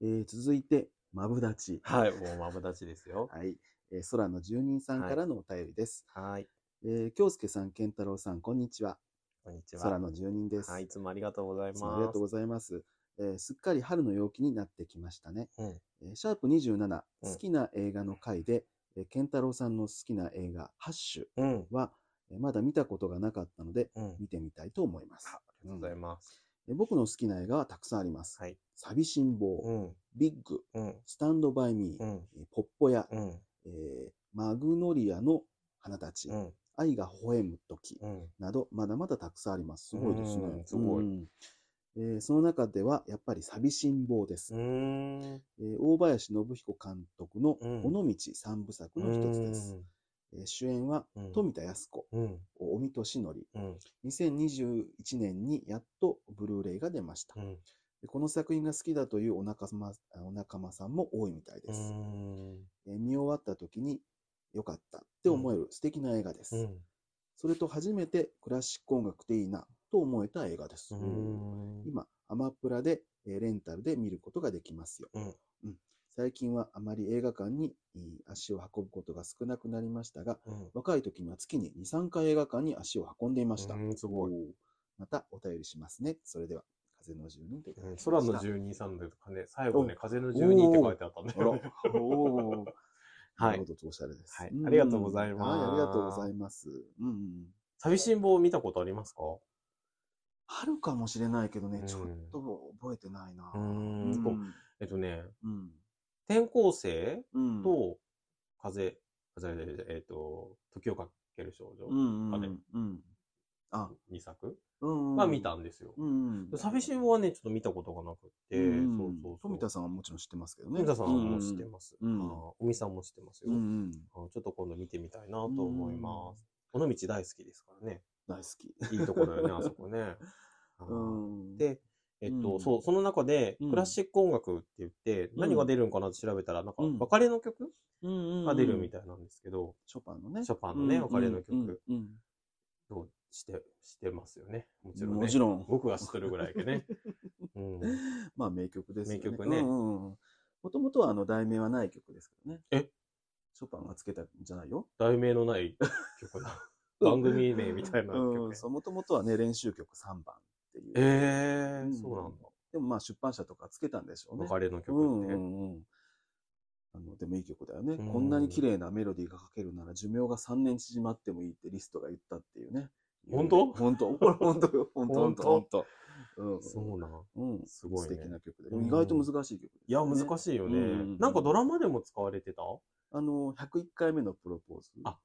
A: えー続いて、マブダチ。
B: はい、もうまぶたちですよ。
A: はい。えー空の住人さんからのお便りです。
B: はい。
A: えー、京介さん、健太郎さん、こんにちは。
B: こんにちは。
A: 空の住人です。
B: はい、い
A: い
B: つもありがとうございます。
A: つもありがとうございます。えーすっかり春の陽気になってきましたね。
B: うん
A: えーシャープ27、
B: うん
A: 好きな映画の回で、えー、健太郎さんの好きな映画、ハッシュ
B: うん。
A: は、えーまだ見たことがなかったので、
B: うん。あり
A: 見てみたいと思います。
B: がとうございます。
A: えー僕の好きな映画はたくさんあります。
B: はい。
A: 寂しん坊、
B: ん。
A: ビッグ、
B: うん。
A: スタンドバイミー、
B: ん。
A: えーポッポや、
B: うん。
A: えーマグノリアの花たち、
B: ん。
A: 愛が微笑む時
B: うん。
A: など、まだまだたくさんあります。すごいです
B: う
A: ね。
B: んすごい
A: うんええーその中では、やっぱり寂しん坊です。
B: ん。
A: えー大林信彦監督の
B: うん
A: 尾道三部作の一つです。えー主演は
B: うん、
A: 富田靖子、
B: うん。
A: 尾身俊則。
B: うん。
A: 2021年にやっとブルーレイが出ました。
B: うん。
A: でこの作品が好きだというお仲間あお仲間さんも多いみたいで
B: う
A: す。
B: ん。
A: えー見終わった時に良かったって思える素敵な映画です。
B: うん。
A: それと初めてクラシック音楽っていいなと思えた映画です。
B: うん。
A: 今、アマプラで、えーレンタルで見ることができますよ。
B: う
A: う
B: ん
A: ん最近はあまり映画館にえー足を運ぶことが少なくなりましたが、
B: うん。
A: 若い時には月に2、3回映画館に足を運んでいました。
B: うんすごい
A: おー。またお便りしますね。それでは、風の住人といただきました
B: 空の12、3でとかね、最後ね、風の
A: お
B: 12って書いてあったんだ
A: あら
B: よね。。
A: <laughs> おー
B: は
A: ないるほ。ど、おしゃれです。
B: はい
A: ん
B: ありがとうございます
A: はい、ありがとうございます。うんうん。
B: 寂しん坊見たことありますか
A: あるかもしれないけどね
B: う、ん
A: ちょっと覚えてないな。
B: ん
A: う
B: こうんえっとね、
A: うん。
B: 転校生
A: うん。
B: と、風、風じゃないえっと、時をかける少
A: うんうん
B: 女、
A: う
B: あれ
A: ん。うん。あ、
B: 2作
A: うんうん。
B: は見たんですよ。
A: うんうん。
B: 寂しん坊はね、ちょっと見たことがなくって、
A: うん
B: そうそうそう。
A: 富田さんはもちろん知ってますけどね。
B: 富田さんも知ってます。あ
A: うん
B: ーおみさんも知ってます
A: う
B: よ。
A: んう
B: あ
A: ん。
B: ーちょっと今度見てみたいなと思います。尾道大好きですからね。
A: 大好き。
B: いいとこだよね、あそ
A: <laughs>
B: こね。あ
A: う
B: ー
A: ん。、
B: で、えっと、
A: うん
B: そう、その中で
A: うん、
B: クラシック音楽って言って、
A: ん
B: 何が出るんかなって調べたら、なんか
A: うん、
B: 別れの曲
A: うんうんうん
B: が出るみたいなんですけど、
A: ショパンのね。
B: ショパンのね
A: うん
B: 別れの曲。
A: うんうん
B: どうして、してますよね。もち
A: うん
B: ろん
A: も
B: ね。
A: ちろん。
B: 僕が知ってるぐらい
A: <laughs>
B: でね。うん、
A: まあ名曲ですよね。
B: 名曲ね
A: もともとはあの題名はない曲ですけどね。
B: え
A: ショパンがつけたんじゃないよ。
B: 題名のない
A: <laughs>
B: 曲だ。番組名みたいな曲
A: う
B: ね
A: ん、。そう、もともとはね、練習曲3番っていう。
B: え
A: う
B: ー、
A: ん
B: そうなんだ。
A: でもまあ出版社とかつけたんでしょうね。
B: 別れの
A: う
B: 曲
A: ん
B: っ
A: う
B: てね。
A: んうん。あの、でもいい曲だよね。
B: うん
A: こんなに綺麗なメロディーが書けるなら寿命が3年縮まってもいいってリストが言ったっていうね。
B: 本当
A: 本当これ本当よ。本当
B: 本当
A: 本当うん。
B: そうなん。
A: うん。
B: すごい
A: 素
B: ね
A: 敵な曲で。でも意外と難しい曲ですね、
B: いや、難しいよね、
A: うん
B: なんかドラマでも使われてた
A: あの、101回目のプロポーズ。
B: あ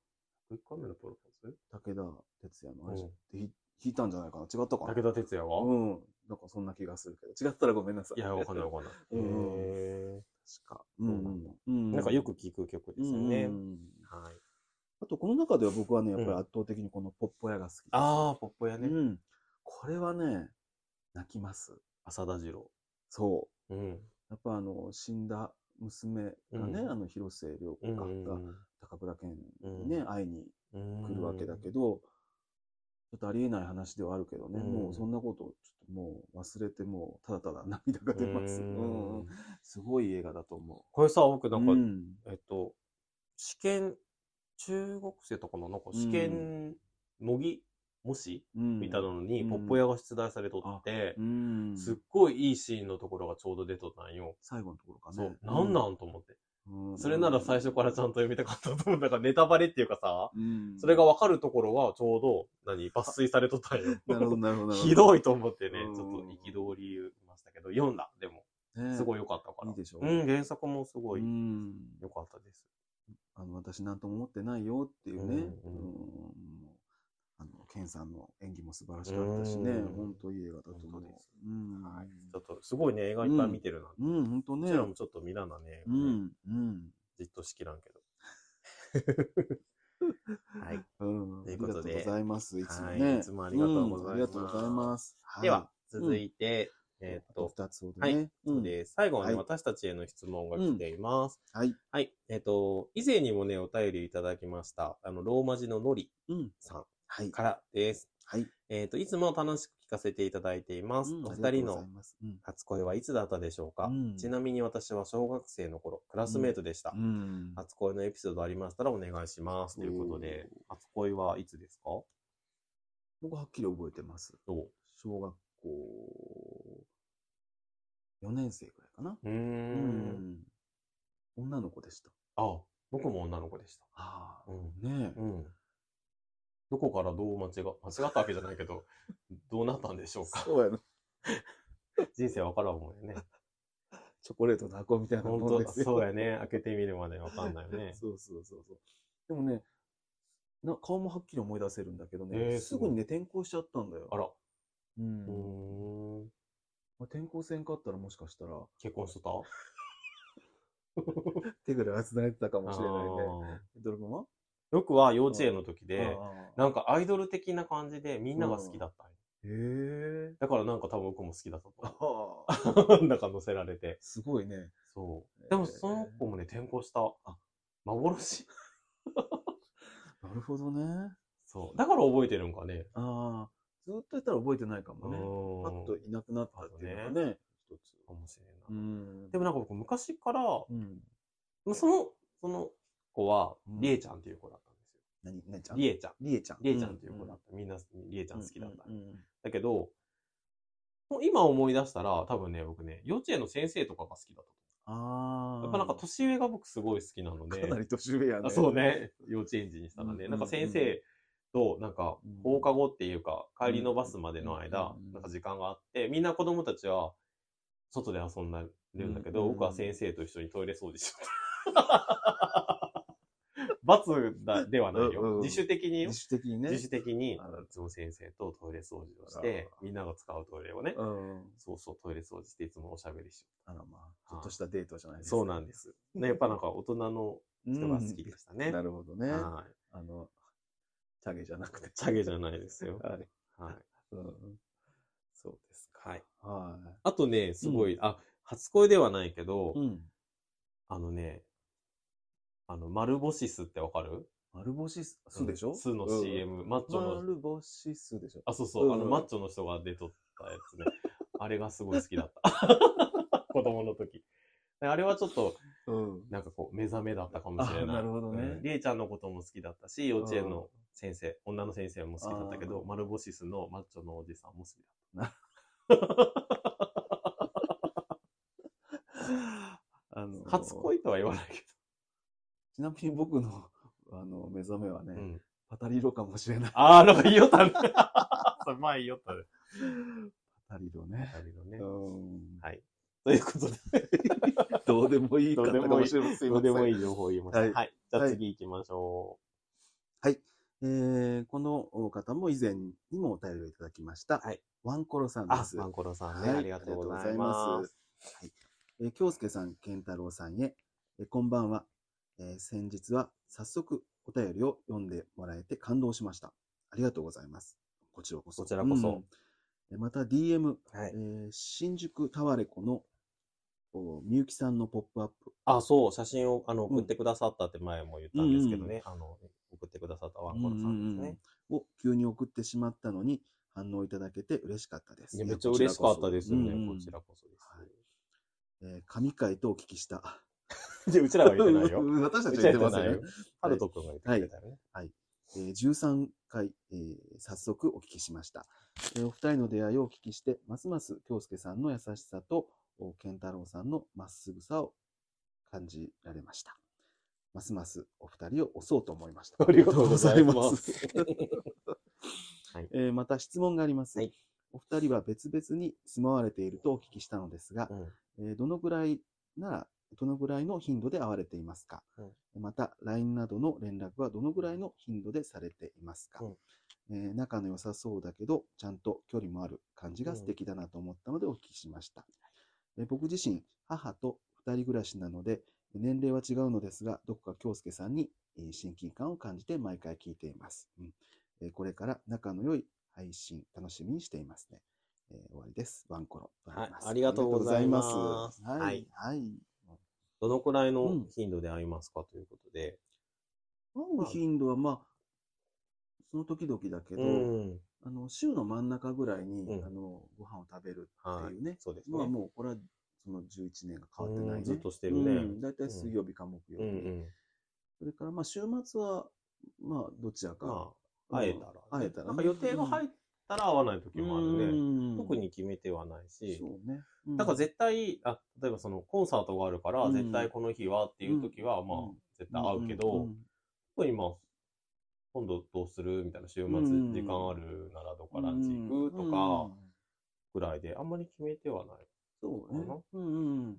B: 1回目のプロポーズ
A: 武田鉄矢のあ
B: う
A: れ
B: ん
A: で弾いたんじゃないかな違ったかな
B: 武田鉄矢が、
A: うん。なんかそんな気がするけど。違ったらごめんなさい。
B: いや、わかんないわかんない。
A: <laughs> う
B: へ
A: ん確か。うんうんうん。
B: ーなんかよく聞く曲ですよね。
A: うんうん
B: はい。
A: あと、この中では僕はね、や
B: う
A: っ
B: ん
A: ぱり圧倒的にこのポッポ屋が好きです。
B: ああ、ポップや
A: う
B: ね。
A: ん。これはね、泣きます。
B: 浅田次郎。
A: そう。
B: うん。
A: やっぱあの、死んだ娘がね、
B: うん
A: あの、広末涼子が、高倉健にね、会いに
B: うん
A: 来るわけだけど、ちょっとありえない話ではあるけどね、
B: うん
A: もうそんなこと、ちょっともう忘れて、もうただただ涙が出ます。<laughs>
B: う
A: うんうん
B: ん
A: すごい映画だと思
B: これさ、僕
A: う。
B: なんか、
A: うん
B: えっと、試験、中学生とかのなんか試験、模擬、模試
A: うん
B: みたいなのに、
A: うん
B: ポッポ屋が出題されとって
A: う、ん
B: すっごいいいシーンのところがちょうど出とったんよ。
A: 最後のところかね。
B: そう。なんなんと思って。
A: うん
B: それなら最初からちゃんと読みたかったと思う。なんかネタバレっていうかさ、
A: うん
B: それが分かるところはちょうど、何、抜粋されとったんよ。
A: <laughs> なるほど、なるほど。なるほど
B: ひどいと思ってね
A: うん、
B: ちょっと憤りましたけど、読んだ、でも。
A: ね
B: すごい良かったから。
A: いいでしょ
B: うん、原作もすご
A: う
B: い
A: ん
B: 良かったです。
A: あの、私なんとも思ってないよっていうね。う
B: うんんうん
A: あの、ケンさんの演技も素晴らしかったしね
B: うん。
A: 本当いい映画だと思
B: 本
A: う
B: 当です。
A: うん
B: はい。ちょっと、すごいね、映画いっぱい見てるな。
A: うん、本当
B: こ
A: ね
B: ち。らもちょっと見らなね、
A: うん、うん。
B: じっとしきらんけ
A: <laughs>
B: ど。はい。
A: うん、
B: ということで
A: ありがとうございます。いつも
B: は
A: ね。
B: いいつもありがとうございます
A: んありがとうございます。
B: <laughs> では、続いて、
A: い、
B: えーっ
A: あと
B: と、
A: 二つほど
B: は
A: ね。
B: い
A: うん
B: で、最後
A: はい
B: に私たちへの質問が来ています。
A: はい。
B: はい。えっ、と、以前にもね、お便りいただきました、あの、ローマ字のノリ
A: うん。
B: さん
A: はい。
B: からです。
A: はい。
B: えっ、と、いつも楽しく聞かせていただいています。
A: うん
B: お
A: あ
B: 二
A: り
B: 人
A: がとうござ
B: の
A: いますうん
B: 初恋はいつだったでしょうか、
A: うん
B: ちなみに私は小学生の頃、クラスメートでした。
A: うん。
B: 初恋のエピソードありましたらお願いします。ということで、初恋はいつですか
A: 僕はっきり覚えてます。
B: ど
A: 小学校4年生くらいかな。
B: ううーん。
A: うん女の子でした。
B: あ、僕も女の子でした。
A: ああ、
B: うん。
A: ねえ、
B: うん。どこからどう間違、間違ったわけじゃないけ <laughs> ど、どうなったんでしょうか。
A: そうやな。
B: <laughs> 人生わからんもんよね。
A: チョコレートの箱みたいなもん
B: 本
A: で
B: 当
A: すよ。。
B: そうやね。開けてみるまでわかんないよね
A: <laughs>
B: <laughs>
A: そうそうそうそう。でもね、な顔もはっきり思い出せるんだけどね、
B: えー
A: すぐにね、転校しちゃったんだよ。
B: あら。
A: う。
B: うんーん。
A: まあ転校戦かったらもしかしたら、
B: 結婚してた
A: 手ぐらいは繋いでたかもしれないね。
B: あー
A: ドラゴンは
B: 僕は幼稚園の時で、
A: あー
B: なんかアイドル的な感じでみんなが好きだったんよ、
A: へえ。
B: だからなんか多分僕も好きだった
A: あ
B: <laughs> と
A: あ、
B: 思う。なんか乗せられて。
A: すごいね。
B: そう。でもその子もね、転校した。あ、幻
A: なるほどね。
B: そう。だから覚えてるんかね。
A: ああ、ずっとやったら覚えてないかもね。パッと
B: と
A: いなくなったっていうのがね、一つ。
B: かもしれない。
A: うん。
B: でもなんか僕昔から、ま
A: うん。
B: あその、その子は
A: う、ん
B: りえちゃんっていう子だったんですよ。
A: 何、何ちゃん
B: りえちゃん。
A: りえちゃん。
B: りえちゃんっていう子だ
A: う
B: っ
A: ん
B: た。みんな、りえちゃん好きだった
A: う。んうんうん
B: だけど、もう今思い出したら、多分ね、僕ね、幼稚園の先生とかが好きだったと
A: ああ。
B: 思う。やっぱなんか年上が僕すごい好きなので、
A: <laughs> かなり年上やね。
B: あそう。ね、 <laughs> 幼稚園児にしたらね、
A: うん
B: なんか先生と、なんか放課後っていうか、
A: ん
B: 帰りのバスまでの間
A: うん、
B: なんか時間があって、みんな子供たちは外で遊んでるんだけど、
A: うん
B: 僕は先生と一緒にトイレ掃除しちゃった。 <laughs> 罰だではない
A: うんう
B: よ
A: ん。
B: 自主的によ
A: 自。主的にね。
B: 自主的に
A: あら、
B: いつも先生とトイレ掃除をして、みんなが使うトイレをね、
A: うん。
B: そうそう、トイレ掃除していつもおしゃべりし
A: あらまあ、ちょっとしたデートじゃないですか。
B: そうなんです。ねやっぱなんか大人の
A: うん。
B: 人が好きでしたね。
A: なるほどね。
B: はい。
A: あの、チャゲじゃなくて。
B: チャゲじゃないです
A: <laughs>
B: よ。
A: はい。
B: <laughs> はい。
A: うん。そうです
B: はい。
A: か。は
B: あとね、すごい、あ、初恋ではないけど、
A: い。うん。
B: あのね、あの、マルボシスってわかる
A: 丸ルボシス、スでしょ
B: スの
A: うん
B: CM、マッチョ
A: マ
B: の、
A: ルボシスでしょ
B: あ、そうそう、あ
A: う
B: の、
A: ん
B: マッチョの人が出とったや
A: <laughs>
B: つね。あれがすごい好きだった。子供の時。あれはちょっと、
A: うん。
B: なんかこう、目覚めだったかもしれな
A: あ
B: い。
A: なるほどね
B: うんりえちゃんのことも好きだったし、幼稚園
A: うん
B: の先生、女の先生も好きだったけど、マルボシスのマッチョのおじさんも好きだった。
A: あの
B: 初恋とは言わないけ
A: ちなみに僕の、 <laughs> あの、目覚めはね、
B: ど。うん
A: パタリロかもしれない。
B: ああ、なんか言いよったね。 <laughs> それ前言いよったね。
A: パタリロね。
B: ね
A: う。ん。
B: はい。ということで、
A: どうでもいいかったかもしれません。
B: どうでもい
A: い。
B: い情報を言いました。は。
A: はいい
B: じゃあ次行きましょ
A: えー、このお方も以前にもお便りをいただきました。
B: はい
A: ワンコロさん
B: う。
A: です。
B: マンコロさんね、
A: はい
B: ありがとうございます。。
A: はい。えー、京介さん、健太郎さんへ、えーこんばんは。えー先日は早速お便りを読んでもらえて感動しました。ありがとうございます。こちらこそ。
B: こちらこそ
A: うんえーまた DM、
B: は
A: え。ー新宿タワレコのおみゆきさんのポップアップ。
B: あ、そう、写真をあの送ってくださったって前も言ったんですけどね、あの、送ってくださったワンコロさんですね。
A: を急に送ってしまったのに反応いただけて嬉しかったです。
B: いや、めっちゃ嬉しかったですよ
A: うん
B: ね。
A: う
B: こ
A: ん
B: ちらこそです。
A: えー神回とお聞きした。
B: じゃあ、うちらは言ってないよ。
A: <laughs> 私た
B: う
A: ち
B: ち
A: は言って
B: ら言って
A: ませ
B: ない
A: ん
B: よ
A: よ。。
B: ハルト君が言ってくれたよね。
A: えー13回、えー早速お聞きしました、えーお二人の出会いをお聞きして、ますます京介さんの優しさと、お健太郎さんのまっすぐさを感じられました。ますますお二人を押そうと思いました。
B: <laughs> ありがとうございますはい
A: えーまた質問があります。
B: はい
A: お二人は別々に住まわれているとお聞きしたのですが、
B: うん
A: えーどのぐらいなら、どのぐらいの頻度で会われていますか、また、LINE などの連絡はどのぐらいの頻度でされていますか、
B: うん
A: えー仲の良さそうだけど、ちゃんと距離もある感じが素敵だなと思ったのでお聞きしました。えー僕自身、母と二人暮らしなので、年齢は違うのですが、どこか京介さんにえー親近感を感じて毎回聞いています。うんえーこれから仲の良い配信、楽しみにしていますね。えー終わりです。ワンコロ。
B: はいありがとうございます
A: ありがとうございますはい。はい
B: どのくらいの
A: うん
B: 頻度で会いますかということで。
A: 会う頻度はまあ、その時々だけど、
B: うん。
A: あの、週の真ん中ぐらいに、
B: うん
A: あの、ご飯を食べるっ
B: は
A: ていう
B: い。
A: ね。
B: そうですね。
A: まあもう、これは、その11年が変わってない
B: う
A: ね。
B: んずっとしてるね
A: うんだいたい水曜日か木曜
B: う
A: 日。
B: んうん。
A: それから、まあ、週末は、まあ、どちらか。
B: まあ、会えたらね。
A: 会えたらね
B: なんか予定が入ったら会わない時もあるね。
A: ね
B: 特に決めてはないし。
A: そうね。
B: だから絶対、あ、例えばそのコンサートがあるから、
A: うん
B: 絶対この日はっていう時は、まあ
A: うん、
B: 絶対会うけ
A: ん
B: ど
A: ん、
B: 特にまあ、今度どうするみたいな、週末
A: うん
B: 時間あるならどっかランチ行くと
A: うん
B: か、ぐらいで、あんまり決めてはない。
A: そうね
B: かな。
A: うんうん。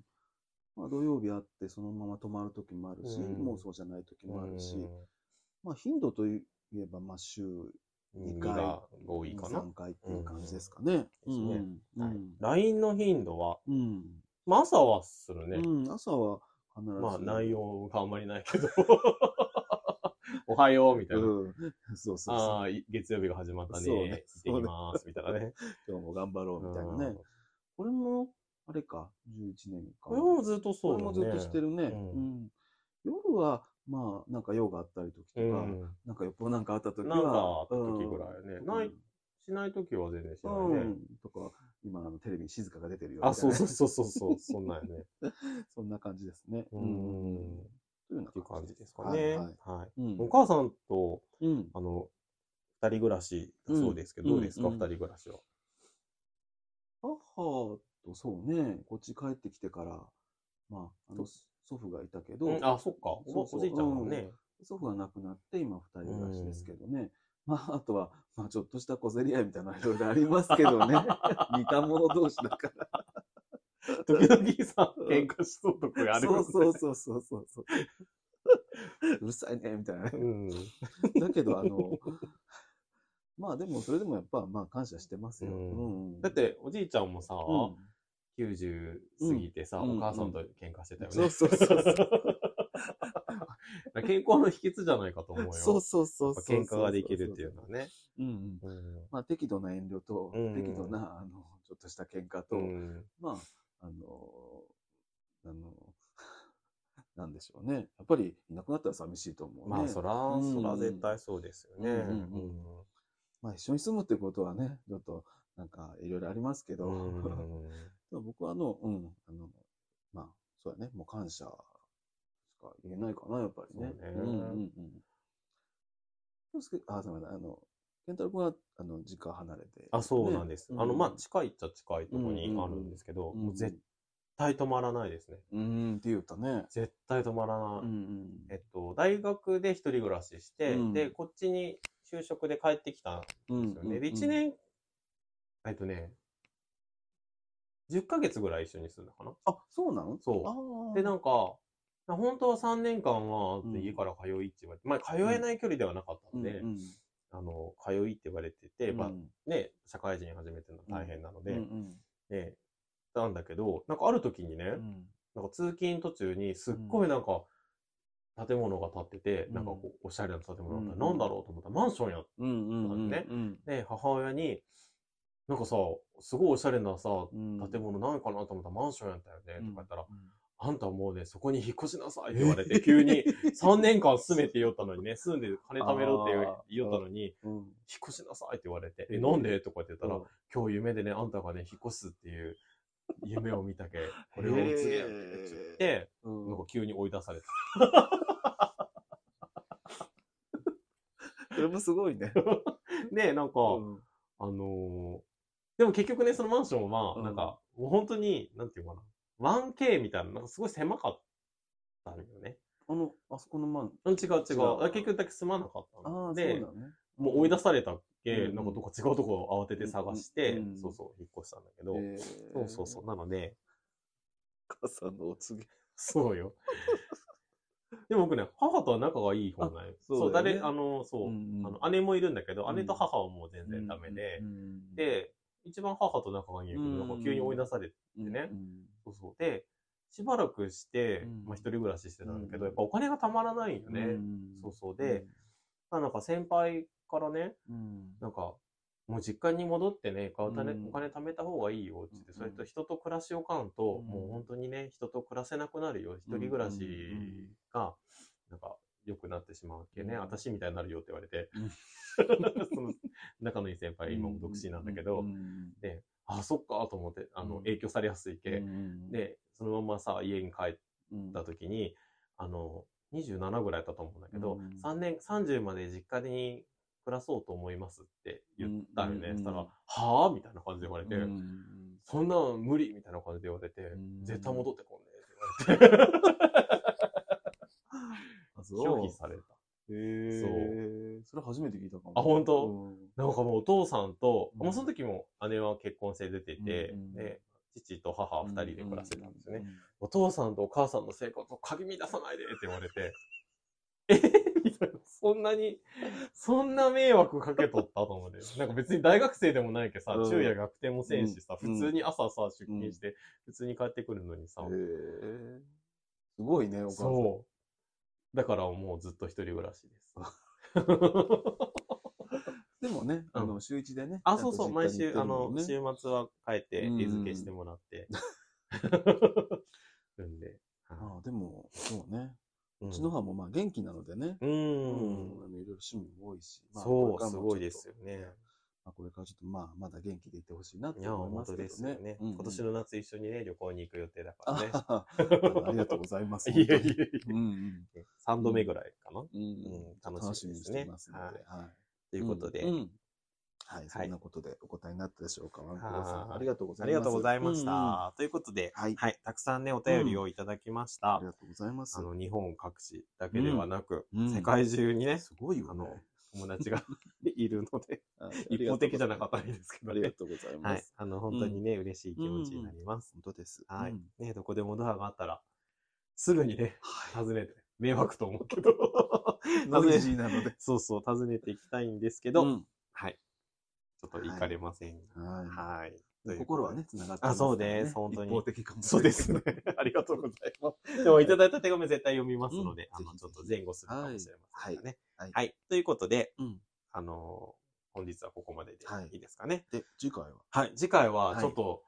A: まあ、土曜日あって、そのまま泊まる時もあるし、
B: うん
A: もうそうじゃない時もあるし、
B: うん
A: まあ、頻度といえば、まあ、週二
B: 2
A: 回
B: が多いかな。
A: 3回っていう感じですかね。う
B: う
A: んん。
B: です
A: うん
B: はい LINE の頻度は、
A: うん。
B: まあ朝はするね。
A: うん。朝は必ず。
B: まあ内容があんまりない
A: <laughs>
B: けど。おはようみたいな。
A: うん。そうそうそう。
B: ああ、い月曜日が始まったね。
A: そうね
B: 行ってきます。みたいなね。
A: 今日も頑張ろうみたいな
B: うん
A: ね。これも、あれか、11年か。
B: これもずっとそ
A: こ
B: う
A: れ
B: だね。
A: もずっとしてるね。
B: うん
A: うん夜は、まあ、なんか用があったりときと
B: う
A: か、
B: ん。
A: なんかよっぽどなんかあったときは、
B: なんかあった時ぐらいね。
A: うん
B: ない、しない時は全然しな
A: う
B: いね。
A: ん。とか、今あのテレビに静かが出てるよ。
B: あ、そうそううそうそう
A: <laughs>
B: そう、そんなんやね。
A: そんな感じですね。
B: うん。
A: という
B: っ
A: よ
B: ていうう
A: な
B: 感じですか
A: は
B: ね。
A: いはい
B: は
A: う
B: い。
A: ん
B: お母さんと、
A: うん。
B: あの、二人暮らしだそうですけど、
A: うん
B: どうですか
A: うん
B: 二人暮らしは。
A: 母とそうね、こっち帰ってきてから、まあ、あの、祖父がいたけど、
B: あ、そっか。おば
A: そうそう
B: おじいちゃんもね。
A: 祖父が亡くなって今二人暮らしですけどね。まあ、あとは、まあ、ちょっとした小競り合いみたいなのいろいろありますけど
B: <laughs>
A: ね。似た者同士だか
B: 時々さ
A: う、ん
B: 喧嘩しそうとこ
A: ら。
B: ある。
A: そうそううそうそうそうそう。うるさいね、みたいなね。
B: うん。
A: だけど、あの、まあでも、それでもやっぱ、まあ感謝してますよ。
B: うん
A: うん
B: だっ、て、おじいちゃんもさ、
A: うん
B: 90過ぎてさ、
A: うん
B: お母さんと喧嘩してたよね。
A: そうそうそうそう
B: 健康の秘訣じゃないかと思うよ。
A: そうそうそうそうそう。
B: やっぱ喧嘩ができるっていうのはね。
A: うんうん。
B: うん
A: まあ適度な遠慮と、
B: うん
A: 適度な、あの、ちょっとした喧嘩と、
B: うん
A: まあ、あのあの <laughs> なんでしょうね。やっぱりいなくなったら寂しいと思うね。
B: まあ、そら、
A: うん
B: そら絶対そうですよね。
A: うんまあ一緒に住むってことはね、ちょっと、なんかいろいろありますけど、
B: うん
A: <laughs> でも僕はあの、うん、あの、まあ、そうだね、もう感謝しか言えないかな、やっぱりね。
B: そうね
A: んうんうん。そうすけあ、すみません、あの、健太郎君は、あの、実家離れて。
B: <laughs> あ、そうなんです。あの、まあ、
A: ち
B: 近いっちゃ近いところにあるんですけど、
A: うん
B: もう絶対止まらないですね。
A: うん、って言ったね。
B: 絶対止まらない。
A: うんうん。
B: えっと、大学で一人暮らしして、
A: うん
B: で、こっちに就職で帰ってきたん
A: うん
B: ですよね。で、
A: うん
B: 1年、えっとね、10ヶ月ぐらい一緒に住んだかな。
A: あ、そうなの
B: そう
A: う
B: で、なんか、本当は3年間は
A: うん
B: 家から通いって言われて、まあ、通えない距離ではなかったので、
A: うん
B: あの、通いって言われてて、
A: うん
B: まあ
A: うん
B: ね、社会人始めてるのは大変なので、
A: うんうん
B: ね、なんだけど、なんかある時にね、
A: うん
B: なんか通勤途中にすっごいなんか、建物が建ってて、
A: うん
B: なんかこう、おしゃれな建物だった
A: うん
B: ら、なんだろうと思ったら、マンションやっ
A: うんうんうん
B: ね
A: うん
B: て、母親に、なんかさ、すごいおしゃれなさ、
A: うん
B: 建物ないかなと思ったらマンションやったよね、とか言ったら、
A: うん
B: あんたもうね、そこに引っ越しなさいって言われて、
A: <laughs>
B: 急に、3年間住めって言おったのにね、住んで金貯めろって言
A: あ
B: う
A: ー
B: 言おったのに、
A: うん
B: 引っ越しなさいって言われて、
A: うん
B: え、なんでとかって言ったら、
A: うん
B: 今日夢でね、あんたがね、引っ越すっていう夢を見たけ、これを継げって言って、
A: うん
B: なんか急に追い出さ <laughs> れた。
A: それもすごいね。
B: で、なんか、
A: うん
B: あのーでも結局ね、そのマンションは、
A: うん
B: なんか、もう本当に、なんていうのかな、1K みたいな、なんかすごい狭かったんよね。
A: あの、あそこのマン。
B: うん
A: 違
B: 違う違う。
A: う
B: だから結局だけ住まなかっ
A: あ
B: た
A: あ
B: の、
A: そうだ
B: で
A: ね、。
B: もう追い出されたっけ、
A: うん
B: なんかどこ違うとこ慌てて探して、
A: うんうん
B: そうそう、引っ越したんだけど、
A: えー
B: そうそうそう。。なので、
A: 母さんのお告げ。
B: そうよ。 <laughs> でも僕ね、母とは仲がいい方なんよ。
A: そう
B: そう、
A: だよね
B: 誰、あの、そう、
A: うんうん
B: あの、姉もいるんだけど、
A: うん
B: 姉と母はもう全然ダメで、
A: うん、
B: で、一番母と仲がいいんだけど、なんか急に追い出されて、
A: うん
B: ね
A: うん
B: そうそう。で、しばらくして、
A: うん
B: まあ一人暮らししてたんだけ
A: うん
B: ど、やっぱお金がたまらないんよね。
A: うん
B: そうそうで、まあなんか先輩からね、
A: うん
B: なんか、もう実家に戻ってね、お金、
A: うん
B: お金貯めた方がいいよって言って、
A: うん
B: それと人と暮らしをかんと、
A: うん
B: もう本当にね、人と暮らせなくなるよ。一人暮らしが、なんか、良くなってしまうわけね、
A: うん
B: 私みたいになるよって言われて、
A: うん
B: <laughs> その仲のいい先輩、今も独身なんだけど、
A: うんうん
B: で、あ、そっかと思って、あの、
A: うん
B: 影響されやすいけ、
A: うん
B: で、そのままさ、家に帰っ
A: うん
B: た時に、あの、27ぐらいだったと思うんだけど、
A: うん
B: 3年、30まで実家に暮らそうと思いますって言ったよね。
A: うん
B: そしたら、
A: うん
B: はぁみたいな感じで言われて、
A: うん
B: そんなん無理みたいな感じで言われて、
A: ん
B: 絶対戻ってこんねって言われて、
A: あ、そう。
B: 拒否された。
A: へーそれ初めて聞いたかも。
B: あ本当
A: うん
B: なんかもうお父さんと、
A: うん
B: もうその時も姉は結婚して出てて、
A: うん
B: で、父と母二人で暮らしてたんですよね。
A: う
B: お父さんとお母さんの生活をかき乱さないでって言われて、えみみたいな。そんなに、そんな迷惑かけとったと思うで。なんか別に大学生でもないけどさ、
A: うん
B: 昼夜学点もせんしさ、
A: うん
B: 普通に朝さ、出勤して、普通に帰ってくるのにさ、
A: え。すごいね、お母さん。
B: そう。だからもうずっと一人暮らし
A: <laughs>
B: です。
A: でもね、あ
B: う
A: の、週一でね。
B: あ、そう
A: ちゃ
B: そう、
A: んと
B: 毎
A: 実家に行っ
B: 週、
A: て
B: あ
A: るも
B: の
A: ん、
B: 週
A: ね
B: 末は帰って、
A: うん
B: 餌付けしても
A: <laughs>
B: らって。なんで。
A: あでも、そうね。
B: う
A: うんちの母もまあ元気なのでね。
B: う。
A: うんあのいろいろ趣味も多いし。まあ
B: そ
A: これか
B: う、
A: ら
B: す
A: も
B: ご
A: ちょ
B: いで
A: っと
B: すよね。
A: まあ、これからちょっとまあ、まだ元気でいてほしいなって
B: いや、
A: 思い
B: 本
A: ま
B: 当
A: すけ
B: で
A: ど
B: すよ
A: ね。
B: ね。
A: うんうん
B: 今年の夏一緒にね、旅行に行く予定だか
A: あ
B: らね。
A: は <laughs> はありがとうございます。
B: <laughs> いやいや
A: 本
B: いや
A: 当にうん
B: 3度目ぐらいかな。と
A: うん
B: うん
A: うん。
B: 楽しみです
A: 楽しみにして
B: ね
A: ますので。はい。
B: いうことで
A: ん。んはい。そんなことでお答えになったでしょうか。ワンコロさ
B: は
A: ん。
B: い
A: ありがとうございます。
B: ありがとうございまし
A: うんうん
B: た。ということで、
A: は
B: はいい、たくさんね、お便りをいただきまし
A: あ
B: た
A: り。がとうございます
B: あ。の、日本各地だけではなく、
A: うんうん
B: 世界中にね、
A: すごいよ
B: あ
A: ね
B: の。、友達が <laughs> いるので、
A: はい
B: 一方的じゃなかったりですけ
A: あ
B: ど
A: りが
B: ね。
A: とうございま
B: はい
A: す。。
B: あの、本当にね、嬉しい気持ちになります。
A: 本当です。
B: はい、
A: うん
B: ね、どこでもドアがあったら、すぐにね、
A: は
B: 訪ねて、迷惑と思うけど、
A: <laughs> い。ノイジーなので。
B: <laughs> そうそう、訪ねていきたいんですけど、
A: うん
B: はい。ちょっと行かれません。
A: は
B: はい。
A: い。心はね、繋がって
B: あ
A: ますから
B: そうです本当に
A: 一方的かもし
B: そう
A: れな
B: で
A: いけ
B: す
A: ど
B: ね。 <laughs> ありがとうございます。でも、いただいた手紙絶対読みますので、
A: うん
B: あ
A: ぜ
B: の、
A: ひ
B: ちょっと前後するかもしれませんからね。
A: は
B: はいい。
A: は
B: ということで、
A: うん
B: あのー本日はここまでで
A: はい
B: いいですかね。
A: で、次回は。
B: はい。次回
A: は、
B: はいちょっと、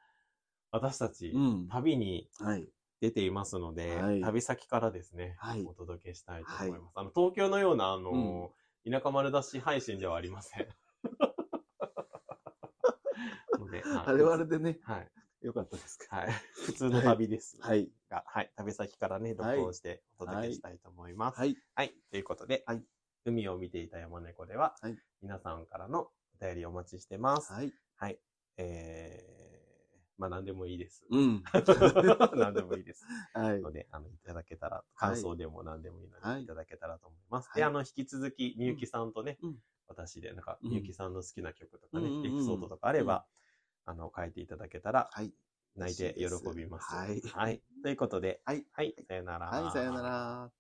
B: 私たち
A: う、ん。
B: 旅に
A: はい。
B: 出ていますので、
A: はい
B: 旅先からですね、
A: はい
B: お届けしたいと思います。あの、東京のような、あのー田舎丸出し配信ではあり
A: <laughs>
B: ません。のではい
A: あれはあれでね、
B: はい。
A: よかったですか。 <laughs>
B: はい。普通の旅です。
A: はい。
B: が、はい、旅先からね、
A: はい
B: 録音してお届けしたいと思います。はい、
A: はい。
B: ということで、
A: はい
B: 海を見ていた山猫では、
A: はい
B: 皆さんからのお便りお待ちしてます。
A: はい。
B: えー、まあ何でもいいです。
A: うん。
B: <laughs> 何でもいいです。
A: はい。
B: ので、あの、いただけたら、感想でも何でもいいので、
A: はい
B: い、ただけたらと思います。
A: はい
B: で、あの、引き続き、みゆきさんとね、
A: うん
B: 私で、なんか、
A: うん
B: みゆきさんの好きな曲とかね、
A: うんうんうん
B: エピソードとかあれば、あの、書いていただけたら、
A: はい。
B: 泣いて喜びます。
A: 嬉しいです
B: はい。ということで、
A: はい。
B: はい、さよなら。
A: はい、さよなら。